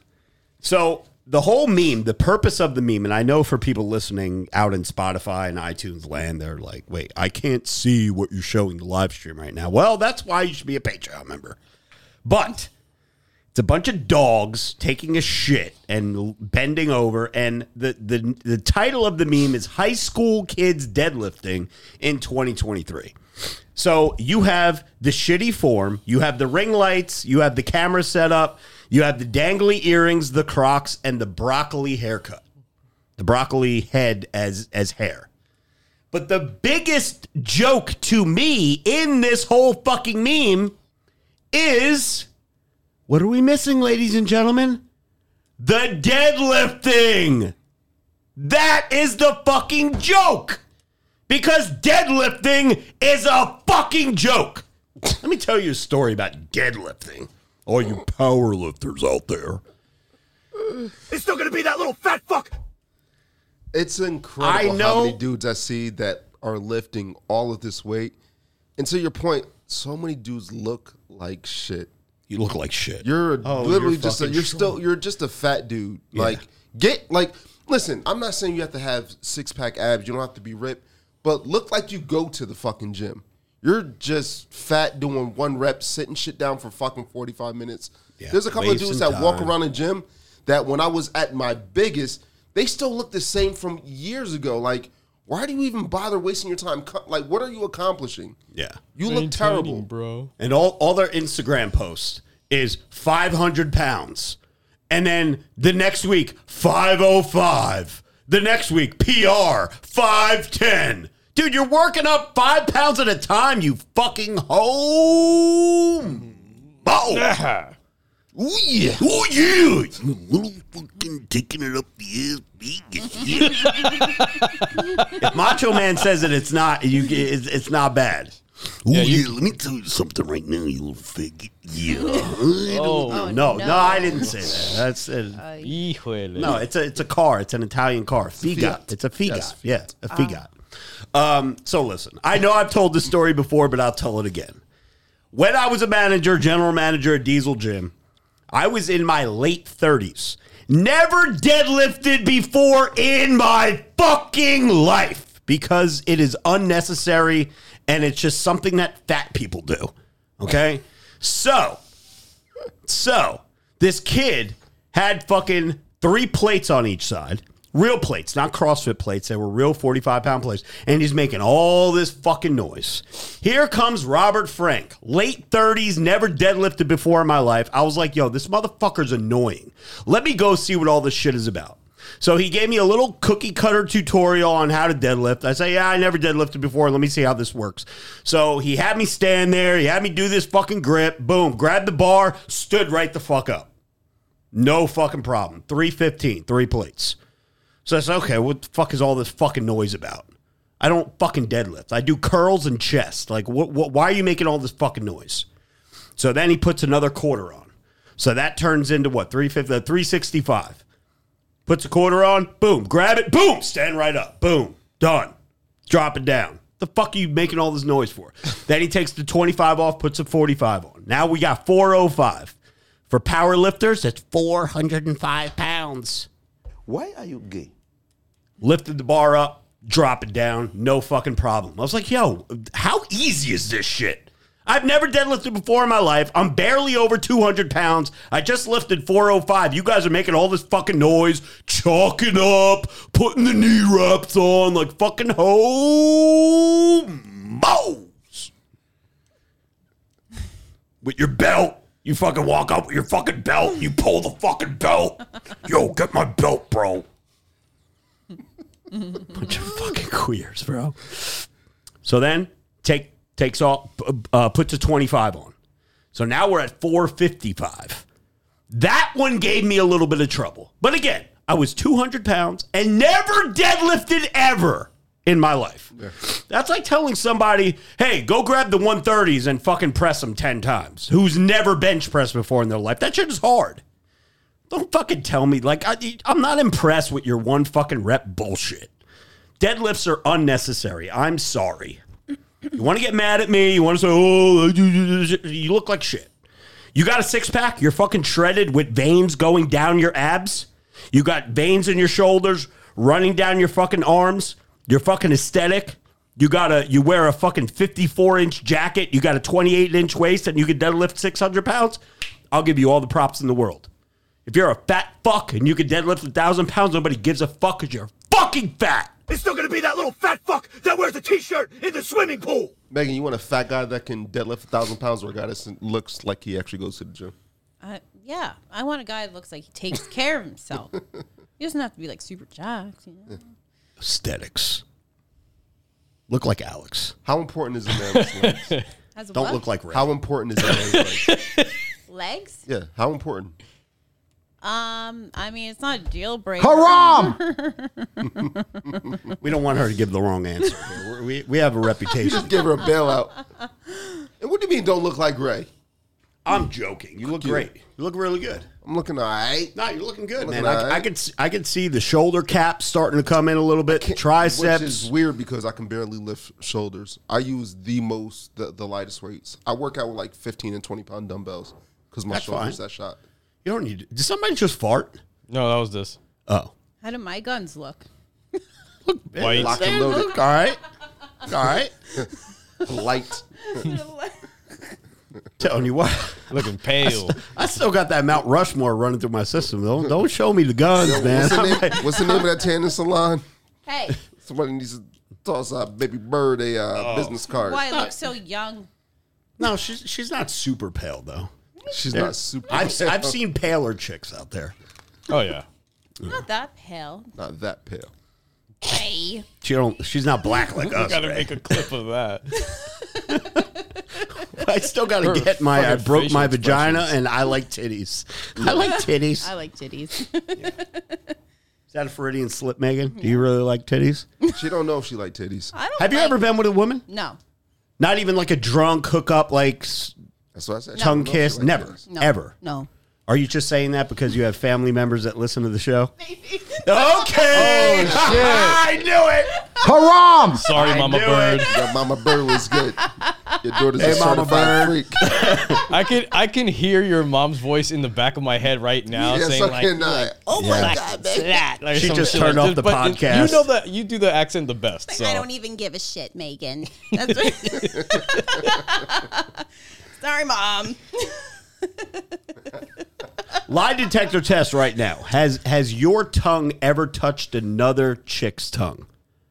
[SPEAKER 1] So the whole meme, the purpose of the meme, and I know for people listening out in Spotify and iTunes land, they're like, "Wait, I can't see what you're showing the live stream right now." Well, that's why you should be a Patreon member. But it's a bunch of dogs taking a shit and l- bending over, and the the the title of the meme is "High School Kids Deadlifting in 2023." So you have the shitty form, you have the ring lights, you have the camera setup, you have the dangly earrings, the Crocs, and the broccoli haircut, the broccoli head as as hair. But the biggest joke to me in this whole fucking meme is what are we missing, ladies and gentlemen? The deadlifting. That is the fucking joke because deadlifting is a fucking joke. Let me tell you a story about deadlifting. All you power lifters out there. It's still gonna be that little fat fuck.
[SPEAKER 4] It's incredible
[SPEAKER 1] I
[SPEAKER 4] how
[SPEAKER 1] know-
[SPEAKER 4] many dudes I see that are lifting all of this weight. And to your point, so many dudes look like shit.
[SPEAKER 1] You look like shit.
[SPEAKER 4] You're
[SPEAKER 1] Oh,
[SPEAKER 4] literally
[SPEAKER 1] you're
[SPEAKER 4] just a,
[SPEAKER 1] fucking
[SPEAKER 4] you're
[SPEAKER 1] strong.
[SPEAKER 4] still you're just a fat dude. Like get like listen, I'm not saying you have to have six pack abs. You don't have to be ripped, but look like you go to the fucking gym. You're just fat doing one rep, sitting shit down for fucking 45 minutes.
[SPEAKER 1] Yeah,
[SPEAKER 4] There's a couple of
[SPEAKER 1] waste
[SPEAKER 4] dudes
[SPEAKER 1] some
[SPEAKER 4] that walk
[SPEAKER 1] time.
[SPEAKER 4] around the gym that when I was at my biggest, they still look the same from years ago. Like, why do you even bother wasting your time? Co- Like, what are you accomplishing?
[SPEAKER 1] Yeah.
[SPEAKER 4] You look terrible.
[SPEAKER 3] bro.
[SPEAKER 1] and all, all their Instagram posts is 500 pounds. And then the next week, 505. The next week, PR, 510. Dude, you're working up five pounds at a time, you fucking home. Oh, yeah. Oh, yeah. You little fucking taking it up the ass. big as- if Macho Man says it, it's not, you, it's, it's not bad. Ooh, yeah, let me tell you something right now, you little fig. Yeah.
[SPEAKER 3] Oh.
[SPEAKER 1] no, no,
[SPEAKER 5] no.
[SPEAKER 1] I didn't say that. That's uh, it.
[SPEAKER 3] Híjole.
[SPEAKER 1] no, it's a it's a car. It's an Italian car. Figat. It's a Figat. Yeah, a Figat. Um, so listen, I know I've told this story before, but I'll tell it again. When I was a manager, general manager at Diesel Gym, I was in my late 30s. Never deadlifted before in my fucking life because it is unnecessary and it's just something that fat people do. Okay? So, so this kid had fucking three plates on each side. Real plates, not CrossFit plates. They were real 45 pound plates. And he's making all this fucking noise. Here comes Robert Frank, late 30s, never deadlifted before in my life. I was like, yo, this motherfucker's annoying. Let me go see what all this shit is about. So he gave me a little cookie cutter tutorial on how to deadlift. I say, yeah, I never deadlifted before. Let me see how this works. So he had me stand there. He had me do this fucking grip. Boom, grabbed the bar, stood right the fuck up. No fucking problem. 315, three plates. So I said, okay, what the fuck is all this fucking noise about? I don't fucking deadlift. I do curls and chest. Like, what, what, why are you making all this fucking noise? So then he puts another quarter on. So that turns into what, 350, uh, 365 puts a quarter on, boom, grab it, boom, stand right up, boom, done, drop it down. The fuck are you making all this noise for? then he takes the 25 off, puts a 45 on. Now we got 405. For power lifters, that's 405 pounds.
[SPEAKER 6] Why are you gay?
[SPEAKER 1] Lifted the bar up, drop it down, no fucking problem. I was like, yo, how easy is this shit? I've never deadlifted before in my life. I'm barely over 200 pounds. I just lifted 405. You guys are making all this fucking noise, chalking up, putting the knee wraps on like fucking homos. With your belt. You fucking walk up with your fucking belt. You pull the fucking belt. Yo, get my belt, bro. Bunch of fucking queers, bro. So then take takes off, uh, puts a twenty five on. So now we're at four fifty five. That one gave me a little bit of trouble, but again, I was two hundred pounds and never deadlifted ever in my life. That's like telling somebody, "Hey, go grab the one thirties and fucking press them ten times." Who's never bench pressed before in their life? That shit is hard. Don't fucking tell me like I, I'm not impressed with your one fucking rep bullshit. Deadlifts are unnecessary. I'm sorry. You want to get mad at me? You want to say, oh, you look like shit. You got a six pack? You're fucking shredded with veins going down your abs. You got veins in your shoulders running down your fucking arms. You're fucking aesthetic. You got a you wear a fucking 54 inch jacket. You got a 28 inch waist, and you can deadlift 600 pounds. I'll give you all the props in the world. If you're a fat fuck and you can deadlift a thousand pounds, nobody gives a fuck because you're fucking fat. It's still gonna be that little fat fuck that wears a t-shirt in the swimming pool.
[SPEAKER 4] Megan, you want a fat guy that can deadlift a thousand pounds or a guy that looks like he actually goes to the gym?
[SPEAKER 7] I, yeah, I want a guy that looks like he takes care of himself. he doesn't have to be like super jacked. You know?
[SPEAKER 1] Aesthetics. Look like Alex.
[SPEAKER 4] How important is a man's legs?
[SPEAKER 7] Has a
[SPEAKER 1] Don't
[SPEAKER 7] what?
[SPEAKER 1] look like Ray.
[SPEAKER 4] How important is a man's legs?
[SPEAKER 7] legs.
[SPEAKER 4] Yeah, how important?
[SPEAKER 7] Um, I mean, it's not a deal breaker.
[SPEAKER 6] Haram!
[SPEAKER 1] we don't want her to give the wrong answer. here. We're- We, we have a reputation.
[SPEAKER 4] Give her a bailout. And what do you mean don't look like Ray?
[SPEAKER 1] I'm joking. You look
[SPEAKER 4] you.
[SPEAKER 1] great. You look really good.
[SPEAKER 4] I'm looking all right.
[SPEAKER 1] No, you're looking good,
[SPEAKER 4] Looking
[SPEAKER 1] man. I,
[SPEAKER 4] all right.
[SPEAKER 1] I could s- I could see the shoulder cap starting to come in a little bit. Triceps.
[SPEAKER 4] Which is weird because I can barely lift shoulders. I use the most, the, the lightest weights. I work out with like 15 and 20 pound dumbbells because my
[SPEAKER 1] That's
[SPEAKER 4] shoulders
[SPEAKER 1] fine.
[SPEAKER 4] that shot.
[SPEAKER 1] you don't need. Did somebody just fart?
[SPEAKER 3] No, that was this.
[SPEAKER 1] Oh,
[SPEAKER 7] How do my guns look?
[SPEAKER 3] White.
[SPEAKER 4] Locked and loaded.
[SPEAKER 1] all right, all right.
[SPEAKER 4] Light.
[SPEAKER 1] Telling you what,
[SPEAKER 3] Looking pale.
[SPEAKER 1] I still got that Mount Rushmore running through my system. Don't don't show me the guns, man.
[SPEAKER 4] What's the, name, what's the name of that tanning salon?
[SPEAKER 7] Hey,
[SPEAKER 4] Somebody needs to toss out Baby Bird a uh,
[SPEAKER 3] Oh.
[SPEAKER 4] business card.
[SPEAKER 7] why I look so young?
[SPEAKER 1] No, she's she's not super pale though.
[SPEAKER 4] She's not super.
[SPEAKER 1] I've
[SPEAKER 4] pale.
[SPEAKER 1] I've seen paler chicks out there.
[SPEAKER 3] oh yeah.
[SPEAKER 7] Not that pale.
[SPEAKER 4] Not that pale.
[SPEAKER 7] Hey.
[SPEAKER 1] She don't. She's not black like us.
[SPEAKER 3] Gotta
[SPEAKER 1] Ray.
[SPEAKER 3] make a clip of that.
[SPEAKER 1] I still got
[SPEAKER 3] Her
[SPEAKER 1] to get my. I
[SPEAKER 3] fucking
[SPEAKER 1] broke my
[SPEAKER 3] facial
[SPEAKER 1] vagina, and I like titties. I like titties.
[SPEAKER 7] I like titties.
[SPEAKER 1] Is that a Freudian slip, Megan? Do you really like titties?
[SPEAKER 4] She don't know if she like titties.
[SPEAKER 7] I don't
[SPEAKER 1] Have you
[SPEAKER 7] like-
[SPEAKER 1] ever been with a woman?
[SPEAKER 7] No.
[SPEAKER 1] Not even like a drunk hookup, like s-
[SPEAKER 4] That's what I said. She
[SPEAKER 1] tongue
[SPEAKER 4] don't know if she
[SPEAKER 1] kiss.
[SPEAKER 4] like
[SPEAKER 1] Never,
[SPEAKER 4] titties.
[SPEAKER 7] No.
[SPEAKER 1] ever.
[SPEAKER 7] No.
[SPEAKER 1] Are you just saying that because you have family members that listen to the show?
[SPEAKER 7] Oh,
[SPEAKER 1] Okay. I knew it.
[SPEAKER 6] Haram!
[SPEAKER 3] Sorry, Mama
[SPEAKER 1] knew
[SPEAKER 3] Bird.
[SPEAKER 4] Your mama bird was good. Your daughter's a
[SPEAKER 1] Hey, Mama
[SPEAKER 4] certified freak.
[SPEAKER 3] I can I can hear your mom's voice in the back of my head right now
[SPEAKER 4] yes,
[SPEAKER 3] saying
[SPEAKER 4] I
[SPEAKER 3] like
[SPEAKER 4] cannot. oh my god, baby.
[SPEAKER 3] like
[SPEAKER 1] She
[SPEAKER 3] some
[SPEAKER 1] just
[SPEAKER 3] shit
[SPEAKER 1] turned
[SPEAKER 3] like
[SPEAKER 1] off
[SPEAKER 3] this,
[SPEAKER 1] the
[SPEAKER 3] but You
[SPEAKER 1] podcast.
[SPEAKER 3] know that you do the accent the best. So.
[SPEAKER 7] I don't even give a shit, Megan. That's what Sorry, mom.
[SPEAKER 1] Lie detector test right now. Has has your tongue ever touched another chick's tongue?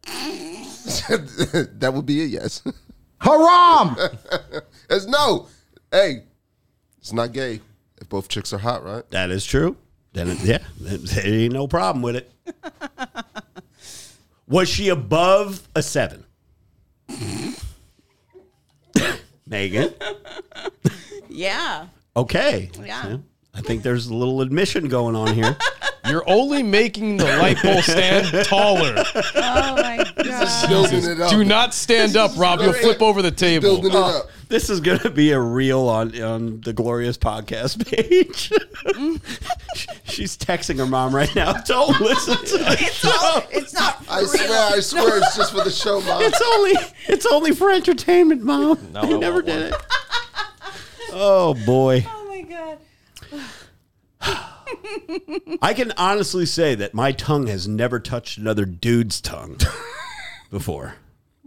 [SPEAKER 3] oh.
[SPEAKER 4] that would be a yes.
[SPEAKER 6] Haram!
[SPEAKER 4] It's no. Hey, it's not gay. If both chicks are hot, right?
[SPEAKER 1] That is true. Then it, yeah, there ain't no problem with it. Was she above a seven? Megan.
[SPEAKER 7] Yeah.
[SPEAKER 1] Okay.
[SPEAKER 7] Yeah.
[SPEAKER 1] I think there's a little admission going on here.
[SPEAKER 3] You're only making the light pole stand taller.
[SPEAKER 7] Oh my god.
[SPEAKER 4] Building it up.
[SPEAKER 3] Do not stand up, Rob. You'll flip over the table.
[SPEAKER 4] Building it up.
[SPEAKER 1] this is going to be a reel on, on the Glorious podcast page. She's texting her mom right now. Don't listen to this.
[SPEAKER 7] It's not
[SPEAKER 4] I swear, I swear, it's just for the show, mom.
[SPEAKER 1] It's only it's only for entertainment, mom.
[SPEAKER 3] No,
[SPEAKER 1] I
[SPEAKER 3] I
[SPEAKER 1] never
[SPEAKER 3] want
[SPEAKER 1] did it. Oh boy.
[SPEAKER 7] Oh my god.
[SPEAKER 1] I can honestly say that my tongue has never touched another dude's tongue before.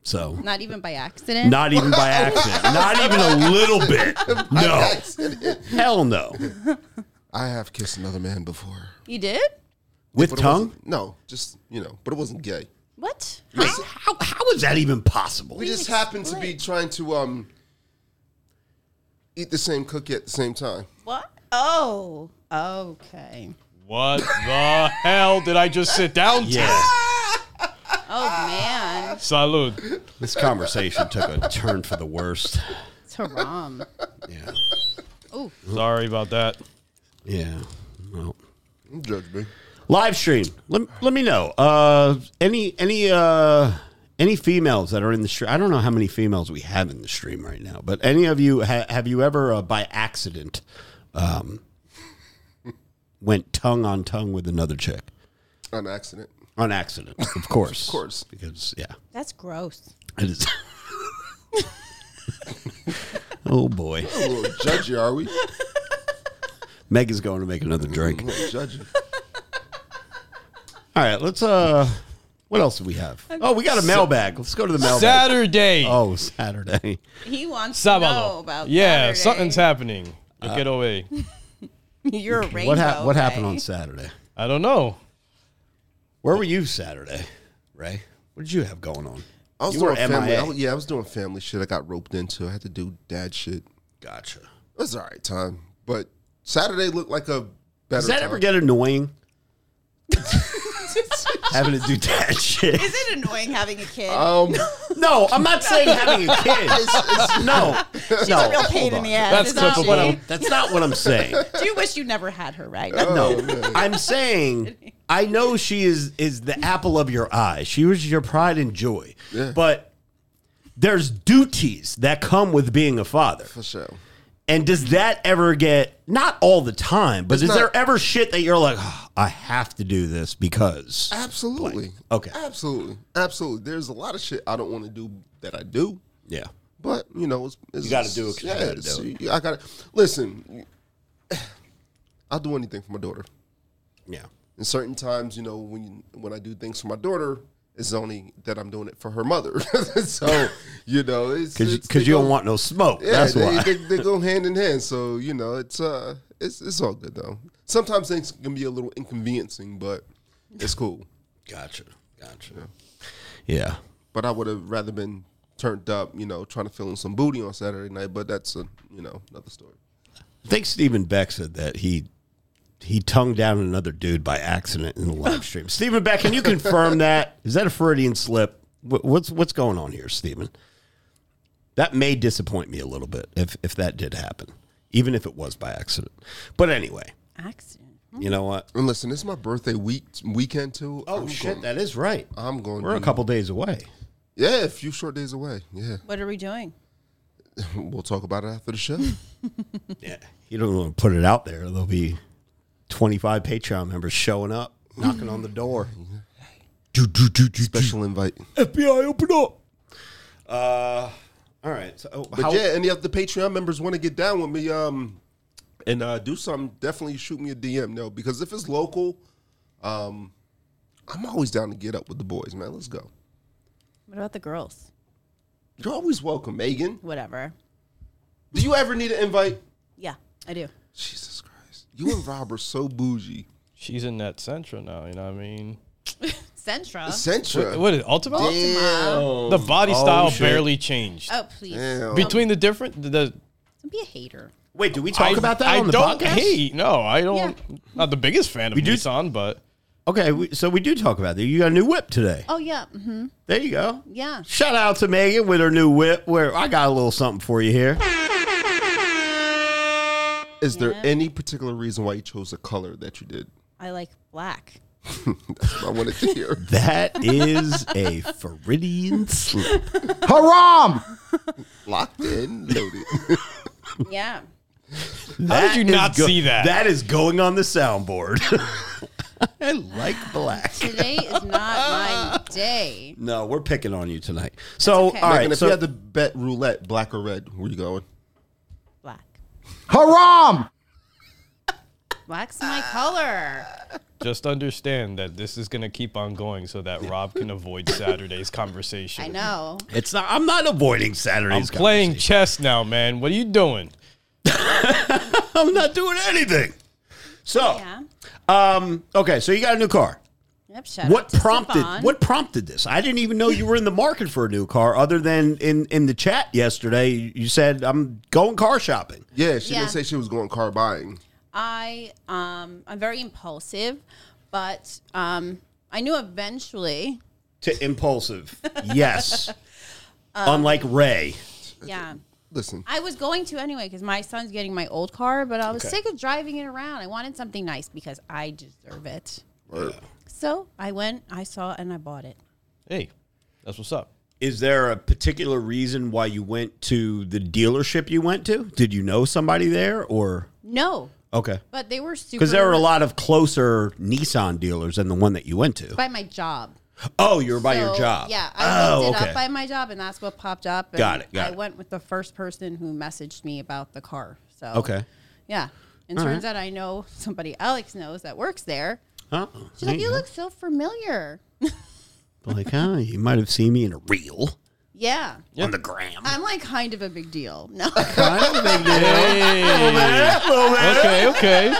[SPEAKER 1] So
[SPEAKER 7] Not even by accident.
[SPEAKER 1] Not even by accident. Not even a little bit. No. Hell no.
[SPEAKER 4] I have kissed another man before.
[SPEAKER 7] You did?
[SPEAKER 1] With
[SPEAKER 4] But it
[SPEAKER 1] tongue?
[SPEAKER 4] wasn't- No, just you know, but it wasn't gay.
[SPEAKER 7] What?
[SPEAKER 1] How, how, how is that even possible?
[SPEAKER 4] We just happened to be trying to um eat the same cookie at the same time.
[SPEAKER 7] What? Oh. Okay.
[SPEAKER 3] What the hell did I just sit down to?
[SPEAKER 1] Yeah.
[SPEAKER 7] Oh
[SPEAKER 1] Ah.
[SPEAKER 7] man.
[SPEAKER 3] Salud.
[SPEAKER 1] This conversation took a turn for the worst.
[SPEAKER 7] It's haram.
[SPEAKER 1] Yeah.
[SPEAKER 3] Sorry about that.
[SPEAKER 1] Yeah. Well.
[SPEAKER 4] Don't judge me.
[SPEAKER 1] Live stream. Let, let me know. Uh, any any uh, any females that are in the stream. I don't know how many females we have in the stream right now, but any of you ha- have you ever uh, by accident um, went tongue on tongue with another chick?
[SPEAKER 4] An accident.
[SPEAKER 1] On accident, of course. of
[SPEAKER 4] course.
[SPEAKER 1] Because, yeah,
[SPEAKER 7] That's gross.
[SPEAKER 1] it is. oh, boy.
[SPEAKER 4] A little judgy, are we?
[SPEAKER 1] Meg is going to make another drink.
[SPEAKER 4] A little judgy.
[SPEAKER 1] All right, let's, uh, what else do we have? Oh, we got a mailbag. Let's go to the mailbag.
[SPEAKER 3] Saturday.
[SPEAKER 1] Oh, Saturday.
[SPEAKER 7] He wants to know
[SPEAKER 3] Sábado.
[SPEAKER 7] about
[SPEAKER 3] Yeah,
[SPEAKER 7] Saturday.
[SPEAKER 3] something's happening.
[SPEAKER 1] Uh.
[SPEAKER 3] Get get away.
[SPEAKER 7] You're a rainbow.
[SPEAKER 1] What, hap what happened
[SPEAKER 7] guy.
[SPEAKER 1] on Saturday?
[SPEAKER 3] I don't know.
[SPEAKER 1] Where were you Saturday, Ray? What did you have going on?
[SPEAKER 4] I was
[SPEAKER 1] You were
[SPEAKER 4] doing family.
[SPEAKER 1] MIA.
[SPEAKER 4] I was- yeah, I was doing family shit. I got roped into. I had to do dad shit.
[SPEAKER 1] Gotcha.
[SPEAKER 4] It was all right time, but Saturday looked like a better.
[SPEAKER 1] Does that
[SPEAKER 4] time.
[SPEAKER 1] ever get annoying? Having to do that shit.
[SPEAKER 7] Is it annoying having a kid?
[SPEAKER 1] Uh,
[SPEAKER 4] Um,
[SPEAKER 1] No, I'm not saying having a kid. no, no.
[SPEAKER 7] real pain
[SPEAKER 1] hold
[SPEAKER 7] in the
[SPEAKER 1] on.
[SPEAKER 7] ass.
[SPEAKER 3] That's
[SPEAKER 7] isn't
[SPEAKER 3] typical.
[SPEAKER 1] What I'm-
[SPEAKER 7] she?
[SPEAKER 1] that's not what I'm saying.
[SPEAKER 7] Do you wish you never had her, right?
[SPEAKER 1] No,
[SPEAKER 4] Oh,
[SPEAKER 1] I'm saying I know she is is the apple of your eye. She was your pride and joy.
[SPEAKER 4] Yeah.
[SPEAKER 1] But there's duties that come with being a father.
[SPEAKER 4] for sure.
[SPEAKER 1] And does that ever get not all the time, but
[SPEAKER 4] It's
[SPEAKER 1] is
[SPEAKER 4] not-
[SPEAKER 1] there ever shit that you're like, "Oh, I have to do this because
[SPEAKER 4] Absolutely.
[SPEAKER 1] Okay.
[SPEAKER 4] Absolutely. Absolutely. There's a lot of shit I don't want to do that I do,
[SPEAKER 1] yeah,
[SPEAKER 4] but you know, it's, it's
[SPEAKER 1] gotta do it 'cause you gotta do
[SPEAKER 4] it's- I got to listen. I'll do anything for my daughter.
[SPEAKER 1] yeah,
[SPEAKER 4] And certain times, you know, when you, when I do things for my daughter, it's only that I'm doing it for her mother. so you know, it's it's-
[SPEAKER 1] because
[SPEAKER 4] they
[SPEAKER 1] you don't
[SPEAKER 4] go-
[SPEAKER 1] want no smoke.
[SPEAKER 4] Yeah,
[SPEAKER 1] That's
[SPEAKER 4] they,
[SPEAKER 1] why.
[SPEAKER 4] They, they go hand in hand. So you know, it's uh, it's it's all good though. Sometimes things can be a little inconveniencing, but it's cool.
[SPEAKER 1] gotcha, gotcha. Yeah,
[SPEAKER 4] But I would have rather been turned up, you know, trying to fill in some booty on Saturday night. But that's a you know another story.
[SPEAKER 1] I think Stephen Beck said that he he tongued down another dude by accident in the live stream. Stephen Beck, can you confirm that? Is that a Freudian slip? Wh- What's what's going on here, Stephen? That may disappoint me a little bit if if that did happen, even if it was by accident. But anyway,
[SPEAKER 7] Accident.
[SPEAKER 1] you know what?
[SPEAKER 4] And listen, it's my birthday week weekend too.
[SPEAKER 1] Oh
[SPEAKER 4] I'm
[SPEAKER 1] shit,
[SPEAKER 4] going-
[SPEAKER 1] that is right.
[SPEAKER 4] I'm going.
[SPEAKER 1] We're a
[SPEAKER 4] be-
[SPEAKER 1] couple days away.
[SPEAKER 4] Yeah, a few short days away. Yeah,
[SPEAKER 7] What are we doing?
[SPEAKER 4] we'll talk about it after the show.
[SPEAKER 1] Yeah, you don't want to put it out there. There'll be twenty five Patreon members showing up, knocking on the door. Do, do, do, do, do.
[SPEAKER 4] Special invite.
[SPEAKER 1] FBI, open up. Uh, all right. So, oh,
[SPEAKER 4] But
[SPEAKER 1] how-
[SPEAKER 4] yeah, any of the Patreon members want to get down with me um, and uh, do something, definitely shoot me a DM, no, because if it's local, um, I'm always down to get up with the boys, man. Let's go.
[SPEAKER 7] What about the girls?
[SPEAKER 4] You're always welcome, Megan.
[SPEAKER 7] Whatever.
[SPEAKER 4] Do you ever need an invite?
[SPEAKER 7] Yeah, I do.
[SPEAKER 4] Jesus Christ. You and Rob are so bougie.
[SPEAKER 3] She's in that Sentra now. You know what I mean?
[SPEAKER 7] Central.
[SPEAKER 4] Essentra.
[SPEAKER 3] What is Ultima?
[SPEAKER 4] Damn.
[SPEAKER 3] The body style
[SPEAKER 1] shit.
[SPEAKER 3] barely changed
[SPEAKER 7] Oh please,
[SPEAKER 4] Damn.
[SPEAKER 3] between the different. The, the
[SPEAKER 7] don't be a hater.
[SPEAKER 1] Wait, do we talk
[SPEAKER 3] I-
[SPEAKER 1] about that
[SPEAKER 3] I
[SPEAKER 1] on the
[SPEAKER 3] don't
[SPEAKER 1] podcast?
[SPEAKER 3] hate. No, I don't. Not the biggest fan of
[SPEAKER 1] do-
[SPEAKER 3] Nissan, but
[SPEAKER 1] Okay, we, so we do talk about that. You got a new whip today.
[SPEAKER 5] Oh yeah,
[SPEAKER 7] mm-hmm,
[SPEAKER 5] hmm
[SPEAKER 1] There you go.
[SPEAKER 5] yeah.
[SPEAKER 1] Shout out to Megan with her new whip. Where I got a little something for you here.
[SPEAKER 4] Is there any particular reason why you chose the color that you did?
[SPEAKER 7] I like black.
[SPEAKER 4] That's what I wanted to hear.
[SPEAKER 1] That is a Floridian slip.
[SPEAKER 4] Haram! Locked in, loaded.
[SPEAKER 7] Yeah.
[SPEAKER 1] That
[SPEAKER 3] did you
[SPEAKER 1] is
[SPEAKER 3] not see that?
[SPEAKER 1] That is going on the soundboard. I like black.
[SPEAKER 5] Today is not my day.
[SPEAKER 1] No, we're picking on you tonight. So, all right.
[SPEAKER 4] and if
[SPEAKER 1] so,
[SPEAKER 4] you had to bet roulette, black or red, where you going?
[SPEAKER 7] Black.
[SPEAKER 4] Haram!
[SPEAKER 7] Black's
[SPEAKER 1] Ah.
[SPEAKER 7] my color.
[SPEAKER 3] just understand that this is going to keep on going so that Rob can avoid Saturday's conversation.
[SPEAKER 5] I know.
[SPEAKER 1] it's not. I'm not avoiding
[SPEAKER 3] I'm
[SPEAKER 1] Saturday's.
[SPEAKER 3] playing
[SPEAKER 1] conversation.
[SPEAKER 3] chess now, man. What are you doing?
[SPEAKER 1] I'm not doing anything. So,
[SPEAKER 7] Yeah.
[SPEAKER 1] um, okay. So you got a new car.
[SPEAKER 7] Yep. Shout out
[SPEAKER 1] what
[SPEAKER 7] to
[SPEAKER 1] prompted
[SPEAKER 7] Savon.
[SPEAKER 1] what prompted this? I didn't even know you were in the market for a new car. Other than in in the chat yesterday, you said I'm going car shopping.
[SPEAKER 4] Yeah, she
[SPEAKER 5] Yeah.
[SPEAKER 4] didn't say she was going car buying.
[SPEAKER 7] I um I'm very impulsive, but um I knew eventually.
[SPEAKER 1] To impulsive, yes. Unlike Ray,
[SPEAKER 7] Yeah.
[SPEAKER 4] Listen,
[SPEAKER 7] I was going to anyway because my son's getting my old car, but I was sick of driving it around. I wanted something nice because I deserve it. So I went, I saw, and I bought it.
[SPEAKER 3] Hey, that's what's up.
[SPEAKER 1] is there a particular reason why you went to the dealership you went to? Did you know somebody there, or
[SPEAKER 7] No,
[SPEAKER 1] okay?
[SPEAKER 7] but they were super.
[SPEAKER 1] Because there were a lot of closer Nissan dealers than the one that you went to.
[SPEAKER 5] By my job.
[SPEAKER 1] Oh, you were by your
[SPEAKER 5] So,
[SPEAKER 1] job.
[SPEAKER 5] Yeah, I
[SPEAKER 1] oh,
[SPEAKER 5] looked it
[SPEAKER 1] okay.
[SPEAKER 5] up by my job, and that's what popped up. And
[SPEAKER 1] Got it, got
[SPEAKER 5] I
[SPEAKER 1] it.
[SPEAKER 5] went with the first person who messaged me about the car. So
[SPEAKER 1] okay.
[SPEAKER 5] yeah. And turns out I know somebody Alex knows that works there.
[SPEAKER 1] Oh,
[SPEAKER 5] She's like, you look so familiar.
[SPEAKER 1] like, huh? You might have seen me in a reel
[SPEAKER 5] Yeah.
[SPEAKER 1] on the gram.
[SPEAKER 5] I'm like kind of a big deal. No.
[SPEAKER 1] Kind of a big deal.
[SPEAKER 3] Okay, okay.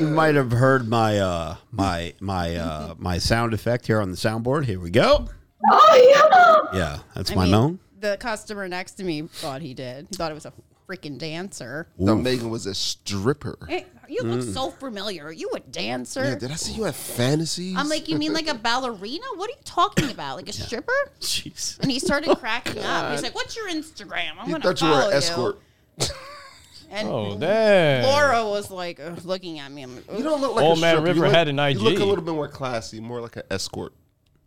[SPEAKER 1] You might have heard my uh, my my uh, my sound effect here on the soundboard. Here we go. Oh yeah. Yeah, that's my
[SPEAKER 5] mean,
[SPEAKER 1] moan.
[SPEAKER 5] The customer next to me thought he did. He thought it was a freaking dancer.
[SPEAKER 4] now Megan was a stripper.
[SPEAKER 5] Hey, you look so familiar. Are you a dancer?
[SPEAKER 4] Mm. Yeah, did I see you at fantasies?
[SPEAKER 5] I'm like, you mean like a ballerina? What are you talking about? Like a stripper?
[SPEAKER 1] Jeez.
[SPEAKER 5] And he started cracking up. He's like, "What's your Instagram? I'm
[SPEAKER 4] you
[SPEAKER 5] gonna
[SPEAKER 4] thought you
[SPEAKER 5] follow
[SPEAKER 4] were an escort.
[SPEAKER 5] And
[SPEAKER 3] Oh, damn.
[SPEAKER 5] Laura was like uh, looking at me. I'm like,
[SPEAKER 4] You
[SPEAKER 5] "Ugh."
[SPEAKER 4] don't look like
[SPEAKER 3] Old
[SPEAKER 4] a
[SPEAKER 3] Man
[SPEAKER 4] stripper. You
[SPEAKER 3] River
[SPEAKER 4] look-
[SPEAKER 3] had an
[SPEAKER 4] You look
[SPEAKER 3] IG.
[SPEAKER 4] a little bit more classy, more like an escort.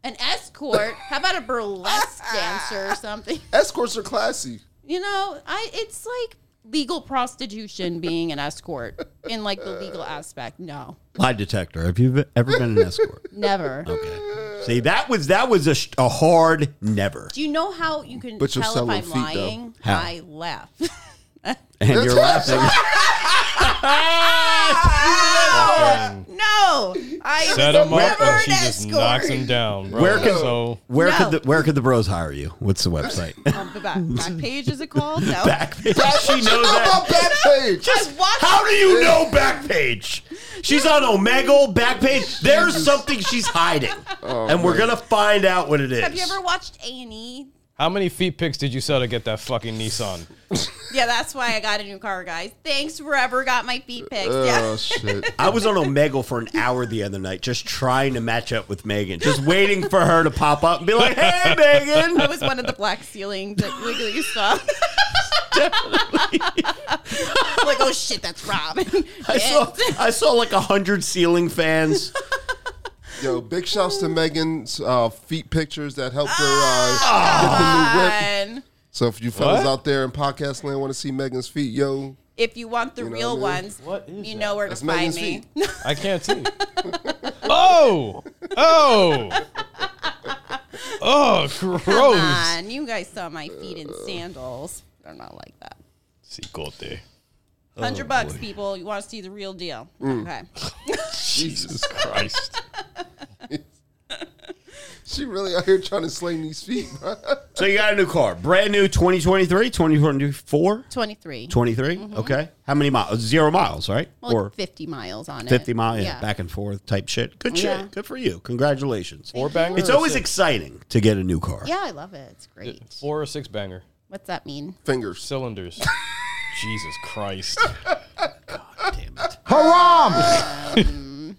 [SPEAKER 7] an escort. How about a burlesque dancer or something?
[SPEAKER 4] Escorts are classy.
[SPEAKER 7] You know, I it's like legal prostitution being an escort in like the legal aspect. No,
[SPEAKER 1] Lie detector. Have you ever been an escort?
[SPEAKER 7] never.
[SPEAKER 1] Okay. See, that was that was a, sh- a hard never.
[SPEAKER 7] Do you know how you can
[SPEAKER 4] But you're
[SPEAKER 7] tell if
[SPEAKER 4] selling
[SPEAKER 7] I'm
[SPEAKER 4] feet, though.
[SPEAKER 7] lying?
[SPEAKER 1] How?
[SPEAKER 7] I laugh.
[SPEAKER 1] And you're laughing.
[SPEAKER 3] Fucking
[SPEAKER 7] no, I
[SPEAKER 3] Set
[SPEAKER 7] was
[SPEAKER 3] him up
[SPEAKER 7] never
[SPEAKER 3] and she
[SPEAKER 7] an
[SPEAKER 3] just
[SPEAKER 7] escort.
[SPEAKER 3] knocks him down, bro.
[SPEAKER 1] Where could-
[SPEAKER 3] so
[SPEAKER 1] Where
[SPEAKER 7] No.
[SPEAKER 1] could the where could the bros hire you? What's the website?
[SPEAKER 7] Um, the back, back page is it called? No.
[SPEAKER 1] she knows
[SPEAKER 4] How
[SPEAKER 1] that.
[SPEAKER 4] about Backpage?
[SPEAKER 7] I watched
[SPEAKER 1] How do you know Backpage? She's on Omegle, Backpage. There's something she's hiding, and we're gonna find out what it is.
[SPEAKER 7] Have you ever watched A and E?
[SPEAKER 3] how many feet pics did you sell to get that fucking Nissan?
[SPEAKER 7] Yeah, that's why I got a new car, guys. Thanks, whoever got my feet pics.
[SPEAKER 4] Oh
[SPEAKER 7] Yeah.
[SPEAKER 4] shit!
[SPEAKER 1] I was on Omegle for an hour the other night, just trying to match up with Megan, just waiting for her to pop up and be like, "Hey,
[SPEAKER 7] I
[SPEAKER 1] Megan."
[SPEAKER 7] was one of the black ceilings that legally stopped. like, oh shit, that's Rob.
[SPEAKER 1] I saw, I saw like a hundred ceiling fans.
[SPEAKER 4] Yo, big shouts to Megan's uh, feet pictures that helped her
[SPEAKER 5] Ah.
[SPEAKER 4] uh, get the new whip.
[SPEAKER 7] And
[SPEAKER 4] So if you fellas
[SPEAKER 3] What?
[SPEAKER 4] out there in podcast land want to see Megan's feet, yo,
[SPEAKER 7] if you want the
[SPEAKER 4] know
[SPEAKER 7] real
[SPEAKER 4] what I mean?
[SPEAKER 7] ones,
[SPEAKER 3] What is
[SPEAKER 7] you know where
[SPEAKER 4] That's
[SPEAKER 7] to find
[SPEAKER 4] Megan's
[SPEAKER 7] me.
[SPEAKER 3] I can't see. oh, oh, oh,
[SPEAKER 7] Come
[SPEAKER 3] gross.
[SPEAKER 7] on, you guys saw my feet in sandals. They're not like that.
[SPEAKER 3] Cicote.
[SPEAKER 7] Hundred bucks, people. You want to see the real deal? Okay.
[SPEAKER 3] Jesus Christ.
[SPEAKER 4] she really out here trying to sling these feet. Bro.
[SPEAKER 1] So you got a new car, brand new 2023, 2024,
[SPEAKER 7] Twenty-three.
[SPEAKER 1] 23. Okay, how many miles? Zero miles, right?
[SPEAKER 7] Mm-hmm. Well, like fifty miles on it.
[SPEAKER 1] 50 mile, yeah, back and forth type shit. Good shit.
[SPEAKER 7] Yeah.
[SPEAKER 1] Good for you. Congratulations.
[SPEAKER 3] Four banger.
[SPEAKER 1] It's
[SPEAKER 3] or
[SPEAKER 1] always
[SPEAKER 3] six?
[SPEAKER 1] exciting to get a new car.
[SPEAKER 7] Yeah, I love it. It's great.
[SPEAKER 3] four or six banger
[SPEAKER 7] What's that mean?
[SPEAKER 4] Fingers.
[SPEAKER 3] cylinders. Jesus Christ.
[SPEAKER 1] Damn it.
[SPEAKER 7] I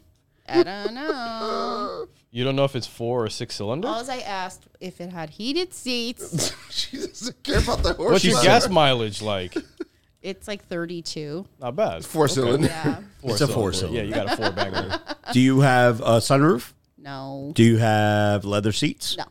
[SPEAKER 7] don't know.
[SPEAKER 3] You don't know if it's four or six cylinders?
[SPEAKER 7] Alls I asked if it had heated seats.
[SPEAKER 4] she doesn't care about that horse.
[SPEAKER 3] What's your
[SPEAKER 4] shit.
[SPEAKER 3] gas mileage like?
[SPEAKER 7] It's like 32.
[SPEAKER 3] Not bad.
[SPEAKER 4] Four cylinder.
[SPEAKER 7] Yeah.
[SPEAKER 3] Four
[SPEAKER 1] It's a four
[SPEAKER 3] Yeah, you got a four banger.
[SPEAKER 1] Do you have a sunroof?
[SPEAKER 7] No.
[SPEAKER 1] Do you have leather seats?
[SPEAKER 7] No.